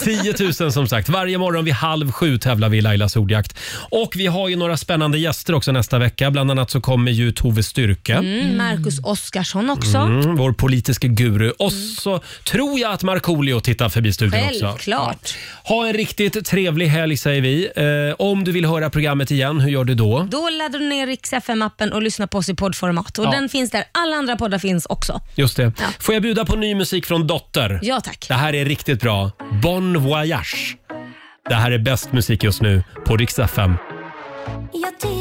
10 000 som sagt. Varje morgon vid halv sju tävlar vi i Lailas ordjakt. Och vi har ju några spännande gäster också nästa vecka. Bland annat så kommer ju Tove Styrke.
Mm, Marcus Oskarsson också.
Mm, vår politiska guru. Och så tror jag att Markoolio tittar förbi studion också.
Självklart.
Ha en riktigt trevlig helg säger vi. Eh, om du vill höra programmet igen, hur gör du då?
Då laddar du ner Rix FM-appen och lyssnar på oss i poddformat. Och
Ja.
Den finns där alla andra poddar finns också.
Just det. Får jag bjuda på ny musik från Dotter?
Ja, tack.
Det här är riktigt bra. Bon voyage. Det här är bäst musik just nu på Rix FM.
Jag tittar